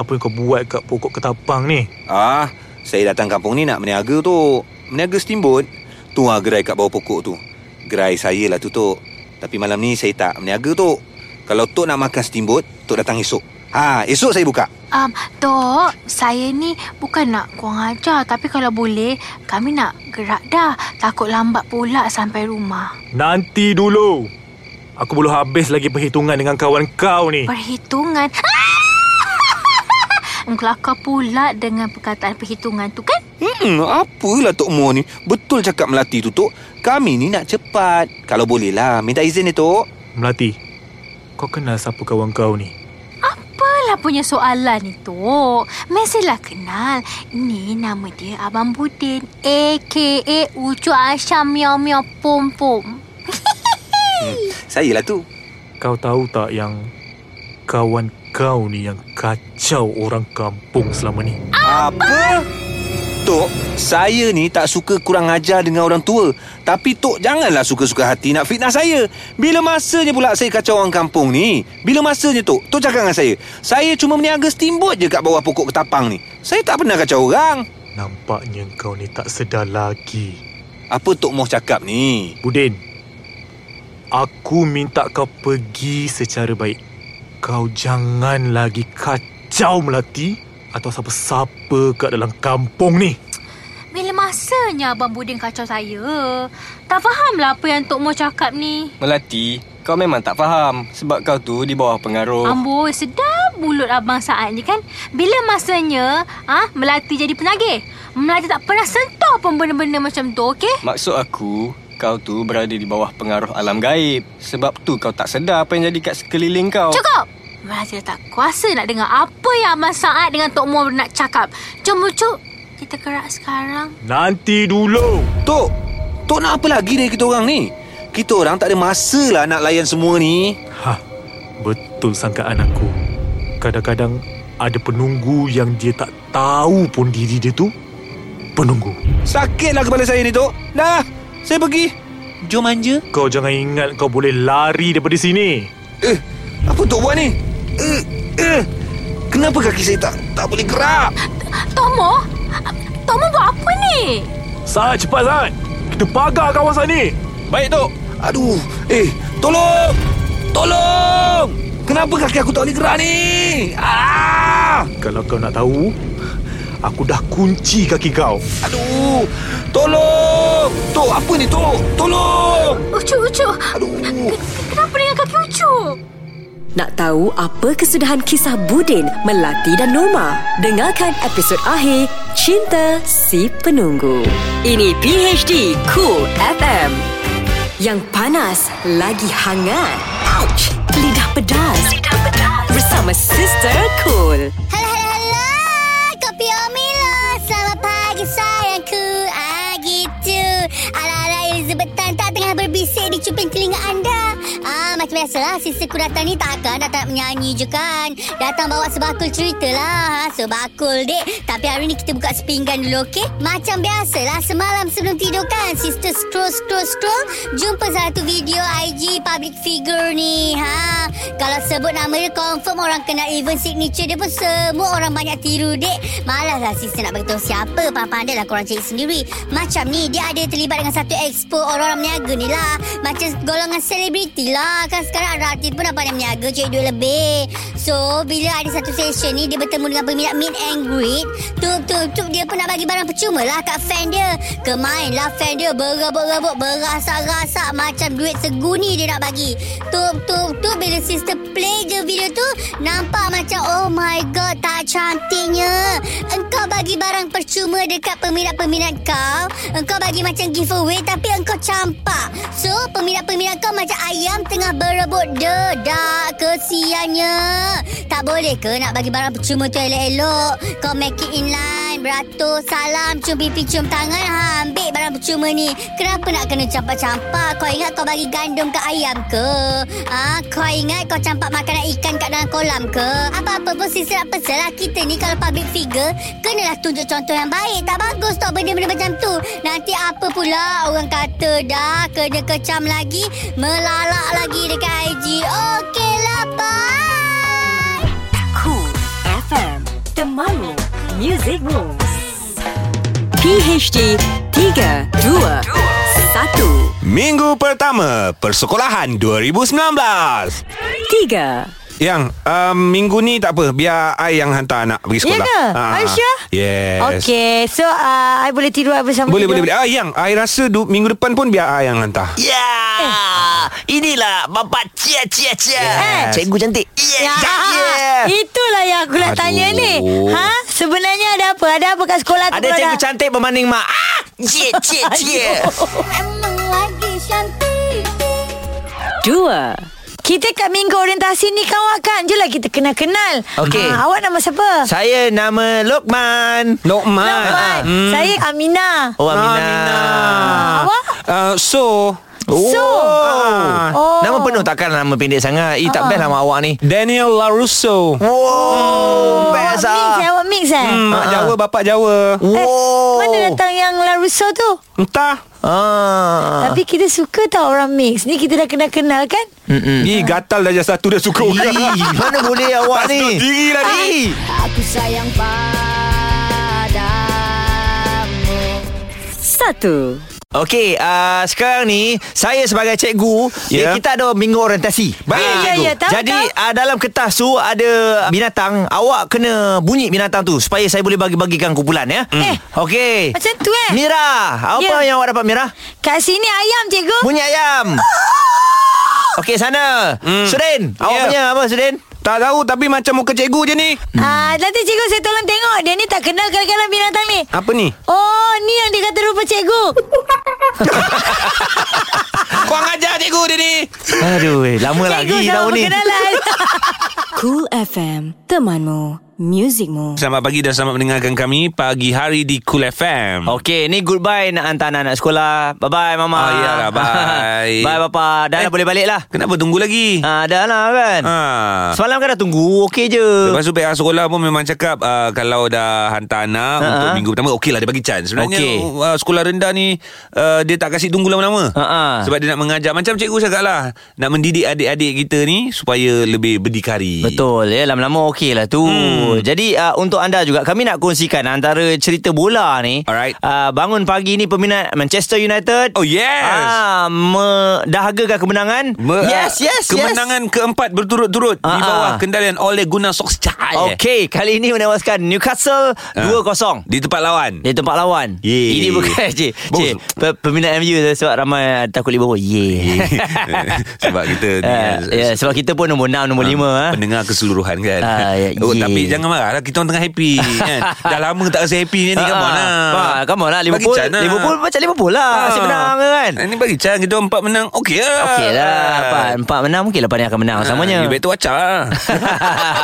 I: Apa yang kau buat kat pokok ketapang ni?
A: Ah, Saya datang kampung ni nak meniaga tu Meniaga steamboat Tu lah gerai kat bawah pokok tu Gerai saya lah tu Tok Tapi malam ni saya tak meniaga Tok Kalau Tok nak makan steamboat Tok datang esok Ha, esok saya buka
H: Um, Tok, saya ni bukan nak kurang ajar tapi kalau boleh kami nak gerak dah. Takut lambat pula sampai rumah.
I: Nanti dulu. Aku belum habis lagi perhitungan dengan kawan kau ni.
H: Perhitungan. Em, Kelakar pula dengan perkataan perhitungan tu kan?
A: Hmm, apalah Tok Mo ni Betul cakap Melati tu Tok Kami ni nak cepat Kalau boleh lah Minta izin dia Tok
I: Melati, kau kenal siapa kawan kau ni?
H: Apalah punya soalan ni, Tok? Mestilah kenal. Ni nama dia Abang Budin. A.K.A. Ucu Asyam Miau Miau Pom Pom.
A: Saya lah tu
I: Kau tahu tak yang kawan kau ni yang kacau orang kampung selama ni?
A: Apa? Tok, saya ni tak suka kurang ajar dengan orang tua. Tapi Tok janganlah suka-suka hati nak fitnah saya. Bila masanya pula saya kacau orang kampung ni? Bila masanya Tok? Tok cakap dengan saya. Saya cuma meniaga steamboat je kat bawah pokok ketapang ni. Saya tak pernah kacau orang.
I: Nampaknya kau ni tak sedar lagi.
A: Apa Tok Moh cakap ni?
I: Budin, aku minta kau pergi secara baik. Kau jangan lagi kacau Melati atau siapa-siapa kat dalam kampung ni.
H: Bila masanya Abang Budin kacau saya? Tak fahamlah apa yang Tok Mo cakap ni.
G: Melati, kau memang tak faham sebab kau tu di bawah pengaruh.
H: Oh. Amboi, sedap mulut Abang Saat ni kan. Bila masanya, ah ha, Melati jadi penagih. Melati tak pernah sentuh pun benda-benda macam tu, okey?
G: Maksud aku, kau tu berada di bawah pengaruh alam gaib. Sebab tu kau tak sedar apa yang jadi kat sekeliling kau.
H: Cukup! Melati dah tak kuasa nak dengar apa yang Abang Saat dengan Tok Mo nak cakap. Jom, Ucu. Kita gerak sekarang.
I: Nanti dulu.
A: Tok, Tok nak apa lagi dari kita orang ni? Kita orang tak ada masa lah nak layan semua ni.
I: Hah, Ha, betul sangkaan aku. Kadang-kadang ada penunggu yang dia tak tahu pun diri dia tu penunggu.
A: Sakitlah lah kepala saya ni Tok. Dah, saya pergi. Jom anja.
I: Kau jangan ingat kau boleh lari daripada sini.
A: Eh, apa Tok buat ni? Eh, eh. Kenapa kaki saya tak tak boleh gerak?
H: Tok Mo? Tok Mo buat apa ni?
I: Saat cepat Saat. Kita pagar kawasan ni.
G: Baik, Tok.
A: Aduh, eh, tolong! Tolong! Kenapa kaki aku tak boleh gerak ni? Ah!
I: Kalau kau nak tahu, aku dah kunci kaki kau.
A: Aduh! Tolong! Tok, apa ni Tok? Tolong!
H: Ucu, Ucu.
A: Aduh!
H: Kenapa dengan kaki Ucu?
C: Nak tahu apa kesudahan kisah Budin, Melati dan Norma? Dengarkan episod akhir Cinta Si Penunggu. Ini PHD Cool FM. Yang panas lagi hangat. Ouch! Lidah pedas. Lidah pedas. Bersama Sister Cool.
J: Hello, hello, hello. Kopi Omilo. Selamat pagi sayangku. Ah, gitu. Ala-ala Elizabeth Tan tak tengah berbisik di cuping telinga anda. Ah, macam biasalah. Sisterku datang ni takkan datang nak menyanyi je kan. Datang bawa sebakul cerita lah. Ha, sebakul, dek. Tapi hari ni kita buka sepinggan dulu, okey? Macam biasalah. Semalam sebelum tidur kan. Sister scroll, scroll, scroll. Jumpa satu video IG public figure ni. Ha, kalau sebut nama dia confirm orang kenal even signature dia pun semua orang banyak tiru dek. Malaslah sister nak beritahu siapa pandai lah korang cari sendiri. Macam ni dia ada terlibat dengan satu expo orang-orang meniaga ni lah. Macam golongan selebriti lah. Kan sekarang ada artis pun apa yang meniaga cari duit lebih. So bila ada satu session ni dia bertemu dengan peminat meet and greet. Tup tup tup dia pun nak bagi barang percuma lah kat fan dia. Kemain lah fan dia berebut-rebut berasak-rasak macam duit seguni dia nak bagi. Tup tup tup bila sister play je video tu nampak macam oh my god tak cantiknya. Engkau bagi barang percuma dekat peminat-peminat kau. Engkau bagi macam giveaway tapi engkau campak. So peminat-peminat kau macam ayam tengah berebut dedak kesiannya. Tak boleh ke nak bagi barang percuma tu elok-elok. Kau make it inline beratur salam cium pipi cium tangan ha ambil barang percuma ni. Kenapa nak kena campak-campak? Kau ingat kau bagi gandum ke ayam ke? Ah, ha, kau ingat kau campak makanan ikan kat dalam kolam ke? Apa-apa pun sister nak pesan lah. Kita ni kalau public figure, kenalah tunjuk contoh yang baik. Tak bagus tau benda-benda macam tu. Nanti apa pula orang kata dah kena kecam lagi, melalak lagi dekat IG. Okeylah, bye.
C: Cool FM. The Music Rules. PHD 3, 2, 1.
A: Minggu pertama Persekolahan 2019
C: Tiga.
A: Yang um, Minggu ni tak apa Biar I yang hantar anak Pergi
K: Ya
A: sekolah
K: ke?
A: Ah.
K: Are you sure?
A: Yes
K: Okay So uh, I boleh tidur I bersama
A: Boleh
K: tidur.
A: boleh boleh Ah yang I rasa du, Minggu depan pun Biar I yang hantar
B: Ya yeah. Inilah Bapak Cia Cia Cia
K: Eh.
B: Cikgu cantik
K: Ya, Itulah yang aku nak
B: Aduh.
K: tanya ni Ha? Sebenarnya ada apa? Ada apa kat sekolah tu
B: Ada
K: kalau
B: cikgu
K: dah-
B: cantik berbanding mak ah! Cie cie cie
J: Memang lagi cantik
C: Dua.
K: Kita kat minggu orientasi ni kawan kan je lah kita kenal-kenal
B: Okey.
K: ha, Awak nama siapa?
B: Saya nama Lokman
A: Lokman,
K: Lokman.
A: Hmm.
K: Saya ah, Aminah
B: Oh Aminah,
K: Awak?
A: Uh, so
B: Oh.
K: So.
B: Ah.
K: Oh.
B: Nama penuh takkan nama pendek sangat Eh tak best nama awak ni
A: Daniel LaRusso
B: Wow oh,
K: Awak mix eh?
B: Best ah
K: Awak mix eh?
A: hmm, Mak Jawa Bapak Jawa
B: Wow
K: Mana datang yang Larusso tu?
A: Entah
B: ah.
K: Tapi kita suka tau orang mix Ni kita dah kenal-kenal kan?
B: Mm-mm.
A: Ih, gatal dah jas satu dah suka orang.
B: Ih, Mana boleh awak
A: Pasal
B: ni
A: diri lah ni.
B: Ih.
J: Aku sayang padamu
C: Satu.
B: Okey, uh, sekarang ni saya sebagai cikgu,
A: Ya.
B: yeah. kita ada minggu orientasi.
A: Baik,
B: Ah,
K: ya,
B: cikgu.
K: ya, tahu,
B: Jadi
K: tahu.
B: uh, dalam kertas tu ada binatang, awak kena bunyi binatang tu supaya saya boleh bagi-bagikan kumpulan ya.
K: Eh,
B: Okey.
K: macam tu, eh?
B: Mira, apa
K: Ya.
B: yang awak dapat Mira?
K: Kat sini ayam cikgu
B: Bunyi ayam.
K: Oh.
B: Okey, sana. Mm. Sudin, awak
A: Ya.
B: punya apa Sudin?
A: Tak tahu tapi macam muka cikgu je ni.
B: Hmm.
K: Ah, Nanti cikgu saya tolong tengok Dia ni tak kenal kadang-kadang binatang ni
A: Apa ni?
K: Oh ni yang dia kata rupa cikgu
A: Kau ajar cikgu dia ni.
B: Aduh, eh, lama
K: Cikgu
B: lagi
K: sama
B: tahun ni.
K: berkenalan
C: Cool FM, temanmu, muzikmu.
A: Selamat pagi dan selamat mendengarkan kami pagi hari di Cool FM.
B: Okey, ni goodbye nak hantar anak-anak sekolah. Bye-bye, Mama.
A: Ah, iyalah, bye.
B: bye, Papa. Dah eh.
A: Eh.
B: boleh balik lah.
A: Kenapa tunggu lagi?
B: Ah, dah lah kan.
A: Ha.
B: Semalam kan dah tunggu Okey je
A: Lepas tu pihak sekolah pun memang cakap uh, kalau dah hantar anak
B: Ha,
A: untuk
B: ha.
A: minggu pertama okey lah dia bagi chance. Sebenarnya
B: Okey.
A: uh, sekolah rendah ni uh, dia tak kasih tunggu lama-lama.
B: Ha, ha.
A: Sebab dia nak mengajar macam cikgu cakap lah nak mendidik adik-adik kita ni supaya lebih berdikari.
B: Betul ya Lama-lama okey lah tu hmm. Jadi uh, untuk anda juga Kami nak kongsikan Antara cerita bola ni
A: Alright.
B: uh, Bangun pagi ni Peminat Manchester United
A: Oh, yes.
B: uh, Mendahagakan kemenangan
A: Me- ah,
B: Yes yes yes.
A: Kemenangan keempat berturut-turut
B: Ah,
A: di bawah
B: ah.
A: kendalian oleh Gunnar Solskjaer.
B: Okey Kali ini menewaskan Newcastle
A: Ah.
B: 2-0
A: Di tempat lawan.
B: Di tempat lawan
A: Yeay.
B: Ini bukan cik, cik
A: Bagus.
B: pe- Peminat MU Sebab ramai takut Liverpool Yeah,
A: Sebab kita ni, eh,
B: Ah, yeah, Sebab kita pun nombor 6 Nombor 5 ah.
A: Pendengar keseluruhan kan
B: Ah, ya,
A: oh,
B: ye.
A: Tapi jangan marah lah Kita orang tengah happy kan Dah lama tak rasa happy ni Come on lah
B: Bah, Ah, come on lah
A: Bagi
B: Liverpool
A: chance lah.
B: Liverpool macam Liverpool lah
A: Ah.
B: Asyik menang ke kan
A: Ini bagi chance Kita orang empat menang Okey lah
B: Okey lah Empat, empat menang Mungkin lapan yang akan menang
A: Ah,
B: Samanya
A: You better watch out lah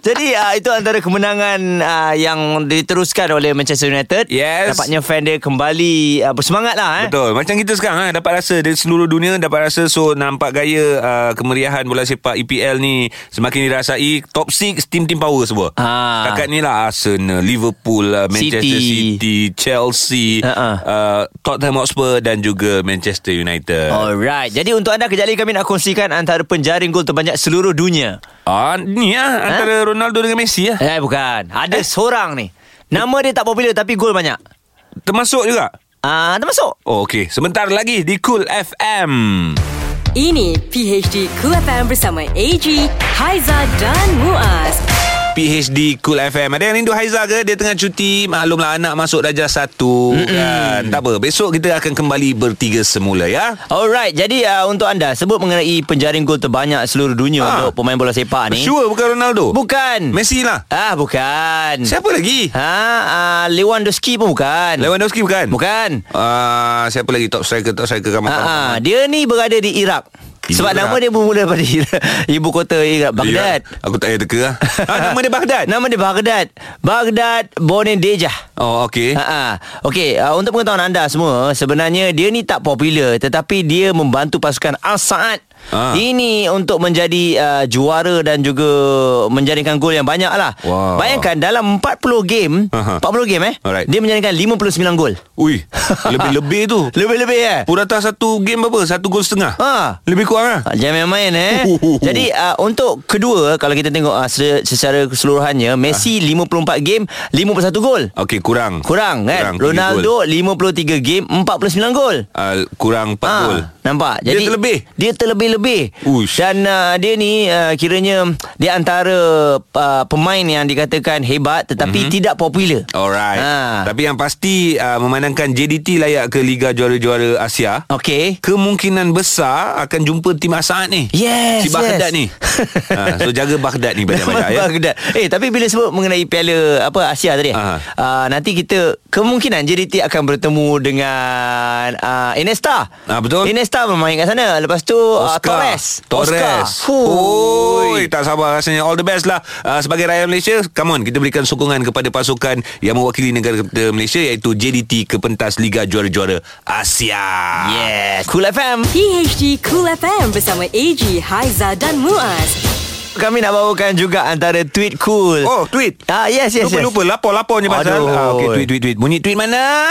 B: Jadi uh, itu antara kemenangan uh, Yang diteruskan oleh Manchester United
A: Yes.
B: Dapatnya fan dia kembali uh, Bersemangat lah eh.
A: Betul Macam kita sekarang eh, Dapat rasa Dari seluruh dunia Dapat rasa So nampak gaya uh, Kemeriahan bola sepak EPL ni Semakin dirasai Top 6 Tim-tim power semua
B: Ah.
A: Setakat ni lah Arsenal Liverpool uh, Manchester
B: City.
A: City, Chelsea
B: Uh-uh.
A: uh, Tottenham Hotspur Dan juga Manchester United
B: Alright Jadi untuk anda kejap lagi kami nak kongsikan Antara penjaring gol terbanyak seluruh dunia
A: Ah, Ni lah Antara Ronaldo dengan Messi lah
B: Eh bukan Ada seorang ni Nama dia tak popular tapi gol banyak
A: Termasuk juga
B: Ah, uh, Termasuk
A: Oh okey Sebentar lagi Di Cool FM
C: Ini PHD Cool FM bersama AG, Haiza dan Muaz.
A: PhD Cool FM Ada yang rindu Haiza ke Dia tengah cuti Maklumlah anak masuk darjah satu mm kan. Tak apa Besok kita akan kembali bertiga semula ya
B: Alright, jadi uh, untuk anda sebut mengenai penjaring gol terbanyak seluruh dunia
A: Ah.
B: untuk pemain bola sepak ni.
A: Sure bukan Ronaldo
B: Bukan.
A: Messi lah
B: Ah, bukan.
A: Siapa lagi
B: Ha, uh, Lewandowski pun bukan.
A: Lewandowski bukan
B: Bukan.
A: Ah, Siapa lagi top striker Top striker kan, kamu
B: Ha, ha, dia ni berada di Iraq.
A: Di
B: Sebab
A: Iraq.
B: nama dia bermula daripada Iraq, ibu kota Iraq, Baghdad.
A: Aku tak payah teka lah ah, Nama dia Baghdad
B: Nama dia Baghdad. Baghdad Bonedejah.
A: Oh okey
B: Ha ah. Okey, uh, untuk pengetahuan anda semua, sebenarnya dia ni tak popular tetapi dia membantu pasukan Al Saad
A: Ah.
B: Ini untuk menjadi uh, juara dan juga menjaringkan gol yang banyak lah
A: Wow.
B: Bayangkan dalam 40 game
A: Aha.
B: 40 game eh
A: Alright.
B: Dia menjaringkan 59 gol
A: Ui Lebih-lebih tu
B: Lebih-lebih eh
A: Purata satu game berapa? Satu gol setengah
B: Ha.
A: Lebih kurang peluang lah
B: Ah, Jangan main-main eh Jadi uh, untuk kedua Kalau kita tengok uh, secara, secara keseluruhannya
A: Ah.
B: Messi 54 game 51 gol
A: Okey kurang
B: Kurang
A: Kurang,
B: kan
A: tiga
B: Ronaldo 53 game 49 gol
A: uh, Kurang 4
B: Ah,
A: gol
B: Nampak
A: Dia
B: Jadi,
A: terlebih.
B: Dia terlebih-lebih
A: Ush.
B: Dan uh, dia ni uh, Kiranya Dia antara uh, Pemain yang dikatakan hebat Tetapi
A: Mhm.
B: mm-hmm. tidak popular
A: Alright ha. Tapi yang pasti uh, Memandangkan JDT layak ke Liga Juara-Juara Asia
B: Okey
A: Kemungkinan besar Akan jumpa tim Asaat ni
B: Yes,
A: Si Baghdad
B: yes.
A: ni ha, So jaga Baghdad ni banyak-banyak ya Ha.
B: Baghdad. Eh tapi bila sebut mengenai Piala apa Asia tadi, uh nanti kita kemungkinan JDT akan bertemu dengan uh, Inesta.
A: Ah, betul.
B: Inesta bermain kat sana. Lepas tu uh, Torres. Oscar.
A: Torres Oi, tak sabar rasanya All the best lah uh, Sebagai rakyat Malaysia Come on Kita berikan sokongan kepada pasukan Yang mewakili negara kita Malaysia Iaitu JDT ke pentas Liga Juara-Juara Asia
B: Yes Cool FM
C: PHD Cool FM bersama AG, Haiza dan Muaz.
B: Kami nak bawakan juga antara tweet cool.
A: Oh, tweet.
B: Ah, yes, yes, yes.
A: Lupa-lupa Lapor-lapor je pasal
B: Aduh.
A: ah, Okay, tweet, tweet, tweet Bunyi tweet mana?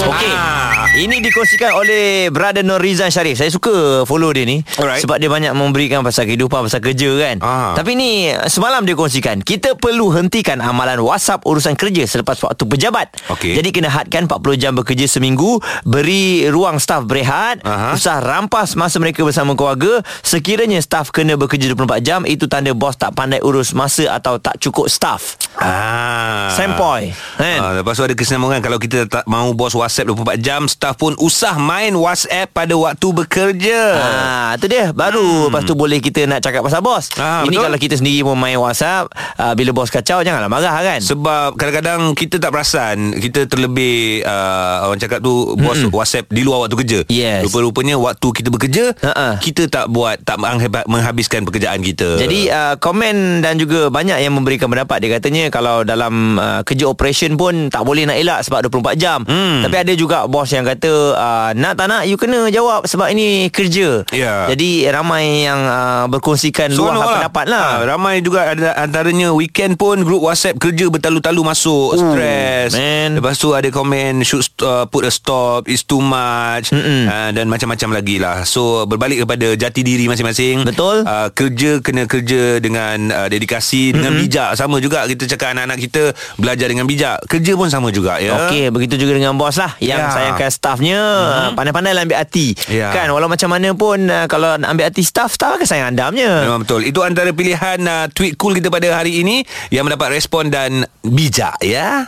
B: Okey.
A: Ah.
B: Ini dikongsikan oleh Brother Norizan Syarif. Saya suka follow dia ni Alright. sebab dia banyak memberikan pasal kehidupan, pasal kerja kan. Ah. Tapi ni semalam dia kongsikan, kita perlu hentikan amalan WhatsApp urusan kerja selepas waktu pejabat. Okay. Jadi kena hadkan 40 jam bekerja seminggu, beri ruang staf berehat, uh-huh. usah rampas masa mereka bersama keluarga. Sekiranya staf kena bekerja 24 jam, itu tanda bos tak pandai urus masa atau tak cukup kan? staf.
A: Ah.
B: Sempoi.
A: Ah, lepas tu ada kesinambungan Kalau kita tak mahu bos WhatsApp 24 jam Staff pun usah main WhatsApp pada waktu bekerja
B: Ah, tu dia. Baru hmm. lepas tu boleh kita nak cakap pasal bos. Ah,
A: betul.
B: Ini betul? kalau kita sendiri pun main WhatsApp, ah, bila bos kacau janganlah marah kan.
A: Sebab kadang-kadang kita tak perasan Kita terlebih uh, Orang cakap tu Bos mm WhatsApp di luar waktu kerja
B: Yes.
A: Rupa-rupanya waktu kita bekerja uh-uh. Kita tak buat Tak mengha- menghabiskan pekerjaan kita
B: Jadi uh, komen dan juga banyak yang memberikan pendapat Dia katanya kalau dalam uh, kerja operation pun tak boleh nak elak sebab 24 jam hmm. Tapi ada juga bos yang kata uh, nak tak nak you kena jawab sebab ini kerja
A: Ya.
B: Jadi ramai yang uh, berkongsikan luar
A: Seronok
B: pendapat lah
A: ha, Ramai juga ada antaranya Weekend pun Grup WhatsApp kerja bertalu-talu
B: Oh,
A: masuk Ooh, Stress man. Lepas tu ada komen Should st- uh, put a stop It's too much uh, Dan macam-macam lagi lah So berbalik kepada Jati diri masing-masing Betul uh, Kerja kena kerja Dengan uh, dedikasi Dengan bijak Sama juga kita cakap Anak-anak kita Belajar dengan bijak Kerja pun sama juga ya
B: Okey, begitu juga dengan bos lah
A: Ya.
B: yang
A: Hmm.
B: yeah. sayangkan stafnya mm-hmm. pandai-pandai lah ambil hati.
A: Ya.
B: Yeah. Kan walau macam mana pun uh, kalau nak ambil hati staf, staf akan sayang anda punya.
A: Memang betul Itu antara pilihan uh, Tweet cool kita pada hari ini Yang mendapat respon dan Bijak ya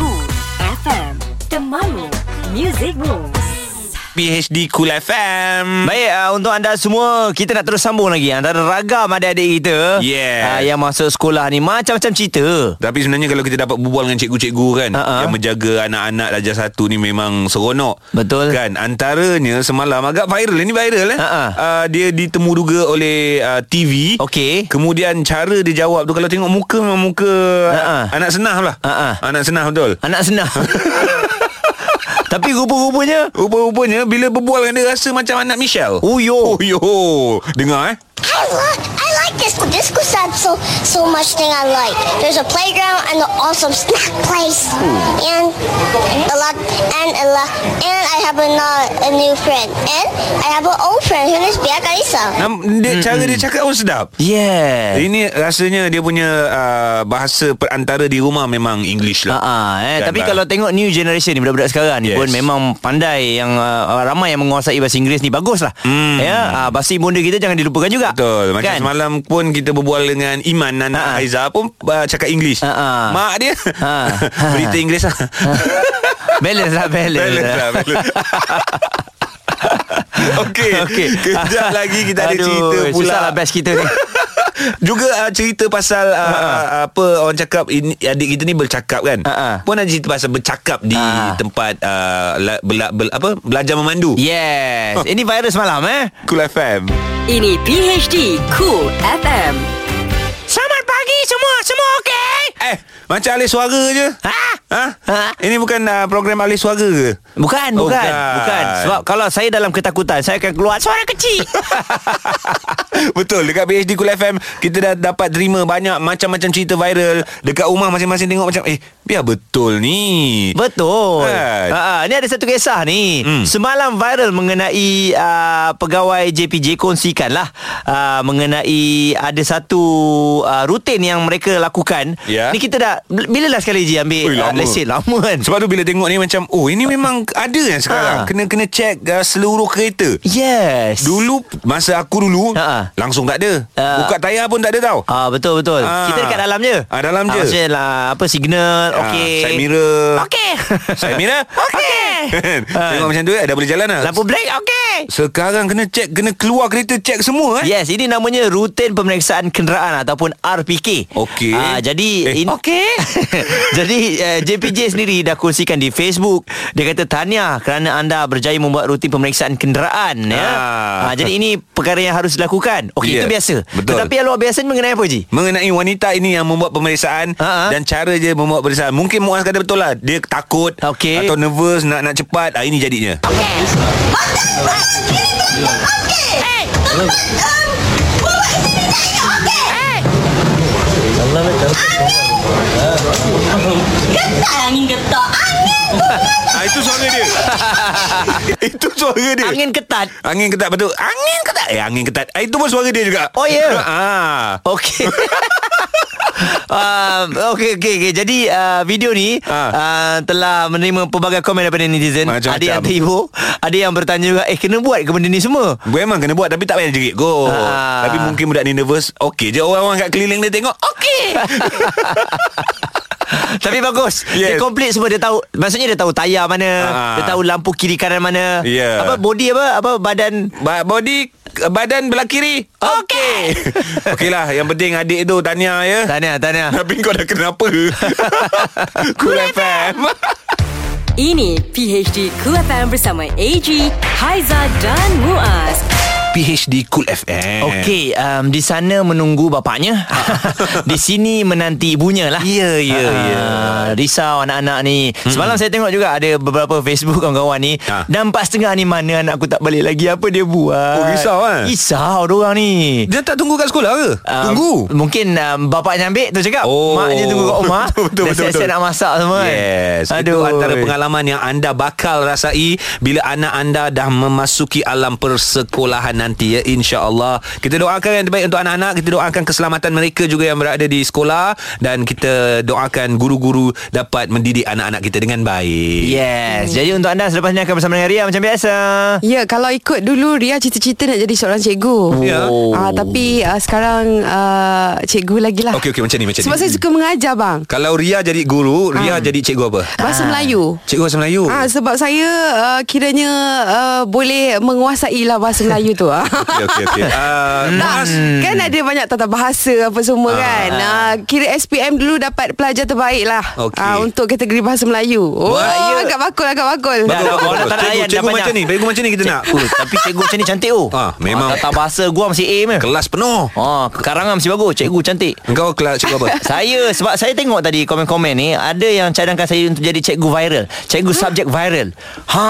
C: Cool FM, temanmu, music moves.
A: PHD Cool FM
B: Baik, uh, untuk anda semua Kita nak terus sambung lagi Antara ragam adik-adik kita
A: Yeah.
B: uh, Yang masuk sekolah ni Macam-macam cerita
A: Tapi sebenarnya kalau kita dapat berbual dengan cikgu-cikgu kan
B: Ha,
A: uh-uh. Yang menjaga anak-anak darjah satu ni memang seronok Betul Kan antaranya semalam agak viral Ini viral eh
B: Ha,
A: uh-uh. uh, Dia ditemu duga oleh uh, TV Okay Kemudian cara dia jawab tu Kalau tengok muka memang muka
B: Ha,
A: uh-uh. Anak senah lah uh-uh. Anak senah betul
B: Anak senah Ha, Tapi rupa-rupanya
A: Rupa-rupanya bila berbual dengan dia Rasa macam anak Michelle
B: Uyo
A: Uyo Dengar eh
L: I like I like this this school has so so much thing I like. There's a playground and an awesome snack place, and a lot and a lot and I have a, a new friend and I have an old friend. Her name is Bea Kalisa.
A: Nam, dia,
B: Hmm,
A: mm Cara dia cakap pun sedap
B: Yeah
A: Ini rasanya dia punya uh, Bahasa perantara di rumah Memang English lah
B: uh-uh, eh. Tapi kalau tengok new generation ni Budak-budak sekarang ni
A: Yes.
B: yes. pun Memang pandai yang uh, Ramai yang menguasai bahasa Inggeris ni Bagus lah hmm. ya? uh, Bahasa ibunda kita jangan dilupakan juga
A: Betul Macam kan? semalam pun Kita berbual dengan Iman Nana uh-huh. Aiza pun uh, Cakap English uh-huh. Mak dia uh-huh. Berita Inggeris lah
B: Balance lah balance
A: Balance lah balance Okey okay. Kejap lagi kita ada
B: Aduh,
A: cerita pula
B: Susah lah best kita ni
A: Juga uh, cerita pasal uh, uh, apa orang cakap ini, adik kita ni bercakap kan. Uh-huh. Pun ada cerita pasal bercakap di uh-huh. tempat uh, la, bela, bel, apa belajar memandu.
B: Yes. Ini virus malam eh.
A: Cool FM.
C: Ini PHD Cool FM. Selamat pagi semua, semua okey?
A: Eh, macam alih suara je.
C: Ha?
A: Ha? Ini bukan uh, program alih suara ke?
B: Bukan,
A: Oh,
B: bukan,
A: bukan.
B: bukan. Sebab kalau saya dalam ketakutan, saya akan keluar suara kecil.
A: Betul Dekat PhD Kul FM Kita dah dapat terima Banyak macam-macam cerita viral Dekat rumah masing-masing tengok macam Eh biar betul ni
B: Betul.
A: Kan?
B: Ha, ha, ni ada satu kisah ni. Hmm. Semalam viral mengenai uh, pegawai JPJ kongsikan lah uh, mengenai ada satu uh, rutin yang mereka lakukan.
A: Ya.
B: Ni kita dah bila last kali je ambil
A: Ui,
B: uh,
A: lama.
B: lesen lama kan.
A: Sebab tu bila tengok ni macam Oh ini memang ada yang sekarang ha. Kena kena check uh, seluruh kereta
B: Yes
A: Dulu Masa aku dulu ha. Langsung tak ada ha. Buka tayar pun tak ada tau
B: Ah betul betul.
A: Ah.
B: Kita dekat dalam je.
A: Ah, dalam
B: Ah,
A: je.
B: Maksudnya lah, apa signal,
A: Ah,
B: okey.
A: side mirror.
B: Okey.
A: Saya Mira
B: Okey. Ha. Ah,
A: Tengok macam tu eh, Dah boleh jalan lah
B: Lampu break, okey.
A: Sekarang kena check Kena keluar kereta check semua eh
B: Yes, ini namanya rutin pemeriksaan kenderaan ataupun RPK.
A: Okey.
B: Ah, jadi
A: Eh,
B: in... okey. jadi uh, JPJ sendiri dah kongsikan di Facebook. Dia kata tahniah kerana anda berjaya membuat rutin pemeriksaan kenderaan ya.
A: Ah.
B: Ah, jadi ini perkara yang harus dilakukan. Okey,
A: Ya,
B: itu biasa.
A: betul.
B: Tetapi yang luar biasa ni mengenai apa Ji?
A: Mengenai wanita ini yang membuat pemeriksaan
B: Ha,
A: uh-huh. Dan cara dia membuat pemeriksaan Mungkin Muaz kata betul lah Dia takut okay. Atau nervous Nak nak cepat ah, Ini jadinya
E: ya,
L: Getar angin getar Angin
A: ah, Itu suara dia Itu suara dia
B: Angin ketat
A: Angin ketat betul Angin ketat Eh angin ketat ah, Itu pun suara dia juga
B: Oh, ya?
A: ah.
B: Okey. Uh, okey okey okey. Jadi uh, video ni uh. Uh, telah menerima pelbagai komen daripada netizen.
A: Ha. Macam-macam.
B: Ada yang terhibur, ada yang bertanya juga eh kena buat ke benda ni semua?
A: Memang kena buat Tapi tak payah jerit Go
B: Ah.
A: Tapi mungkin budak ni nervous Okey je orang-orang kat keliling dia tengok Okey
B: Tapi bagus. Yes. Dia
A: Yes.
B: komplit semua dia tahu. Maksudnya dia tahu tayar mana,
A: Ah.
B: dia tahu lampu kiri kanan mana.
A: Yeah.
B: Apa body apa apa badan
A: ba- Body Badan belah kiri Okey Okey lah Yang penting adik tu Tahniah ya
B: Tahniah tahniah
A: Tapi kau dah kenapa Cool FM
C: Ini PHD Cool FM bersama AG, Haiza dan Muaz.
A: PHD Cool FM
B: Okey, um, di sana menunggu bapaknya. di sini menanti ibunya lah. Ya,
A: ya, ya.
B: Ah,
A: Hmm.
B: Risau anak-anak ni. Semalam saya tengok juga ada beberapa Facebook kawan-kawan ni. Dan empat setengah ni mana anak aku tak balik lagi. Apa dia buat?
A: Ah. Oh, risau, eh?
B: Risau diorang ni.
A: Dia tak tunggu kat sekolah ke?
B: Um,
A: Tunggu.
B: Mungkin um, bapaknya ambil tu cakap.
A: Oh.
B: Maknya tunggu kat rumah.
A: Betul, betul,
B: dah
A: betul,
B: siap-siap
A: betul.
B: nak masak semua kan.
A: Yes Aduh. Itu antara pengalaman yang anda bakal rasai Bila anak anda dah memasuki alam persekolahan nanti ya InsyaAllah Kita doakan yang terbaik untuk anak-anak Kita doakan keselamatan mereka juga yang berada di sekolah Dan kita doakan guru-guru dapat mendidik anak-anak kita dengan baik
B: Yes. Jadi untuk anda selepas ni akan bersama dengan Ria macam biasa.
M: Ya, kalau ikut dulu Ria cita-cita nak jadi seorang cikgu.
A: Ya.
M: Ah, tapi ah, sekarang ah, cikgu lagi lah.
A: Okey okey macam ni macam
M: Sebab
A: ni
M: saya suka mengajar bang.
A: Kalau Ria jadi guru Ria jadi cikgu apa?
M: Bahasa Melayu.
A: Cikgu bahasa Melayu
M: Ah sebab saya uh, kiranya uh, boleh menguasai lah bahasa Melayu tu.
A: Okey okey okey uh,
M: Tak, kan ada banyak tata bahasa apa semua
A: Ah.
M: kan. Ah kira SPM dulu dapat pelajar terbaik lah
A: Okey. ya.
M: Ah, untuk kategori bahasa Melayu. Oh,
A: Bahaya.
M: agak bakul agak bakul.
A: Bagus, bagus, bagus. Cikgu, cikgu macam ni Cikgu macam ni kita nak
B: Oh, tapi cikgu macam ni cantik oh.
A: Ah, memang.
B: Ah, tata bahasa gua masih aim eh.
A: Kelas penuh.
B: Ah, karangan masih bagus. Cikgu cantik.
A: Engkau kelas cikgu apa?
B: saya sebab saya tengok tadi komen-komen ni ada yang cadangkan saya untuk jadi cikgu viral. Cikgu subjek viral. Ha.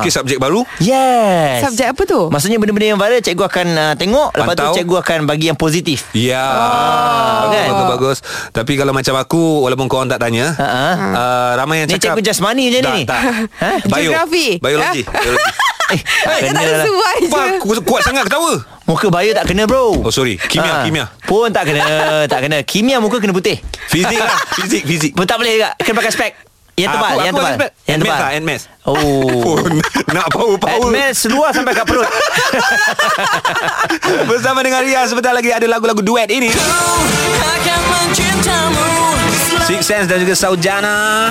A: Mungkin subjek baru
B: Yes.
M: Subjek apa tu?
B: Maksudnya benda-benda yang viral cikgu akan uh, tengok lepas
A: Pantau.
B: tu cikgu akan bagi yang positif.
A: Ya oh.
B: kan? Ah,
A: Bagus bagus Tapi kalau macam aku Walaupun korang tak tanya uh-huh. uh, Ramai yang
B: Ni
A: cakap
B: cikgu jasmani je
A: Tak,
B: ni.
A: tak.
B: Ha?
A: Bio.
M: Geografi. Ah.
A: Biologi Biologi
M: Tak
B: kena lah.
M: sesuai
A: Apa
M: je.
A: aku kuat sangat ketawa
B: Muka bio tak kena bro.
A: Oh sorry Kimia
B: Ah.
A: Kimia
B: Pun tak kena Tak kena Kimia muka kena putih
A: Fizik lah Fizik Fizik
B: Pun tak boleh juga Kena pakai spek Yang tebal
A: Ah, Aku-
B: Yang
A: aku
B: tebal
A: ada spek.
B: Yang
A: Admit
B: tebal
A: lah, admit.
B: Oh
A: Pun Nak power-power
B: Admin seluar sampai kat perut
A: Bersama dengan Ria Sebentar lagi ada lagu-lagu duet ini Six Sense dan juga Saujana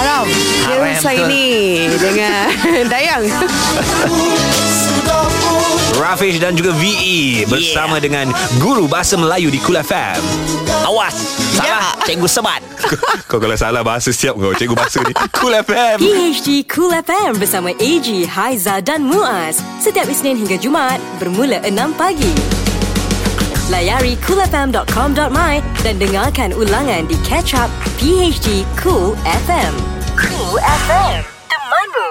M: Haram. Haram
A: Haram,
M: saya
A: betul.
M: ni dengan Dayang.
A: Rafish dan juga VE Bersama dengan Guru Bahasa Melayu di Kul FM
B: Awas Salah Cikgu sebat
A: Kau kalau salah bahasa siap kau Cikgu bahasa ni Cool FM
C: PHD Cool FM bersama AG, Haiza dan Muaz. Setiap Isnin hingga Jumaat bermula 6 pagi. Layari coolfm.com.my dan dengarkan ulangan di Catch Up PHD Cool FM. Cool FM. Temanmu.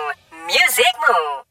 C: Muzikmu.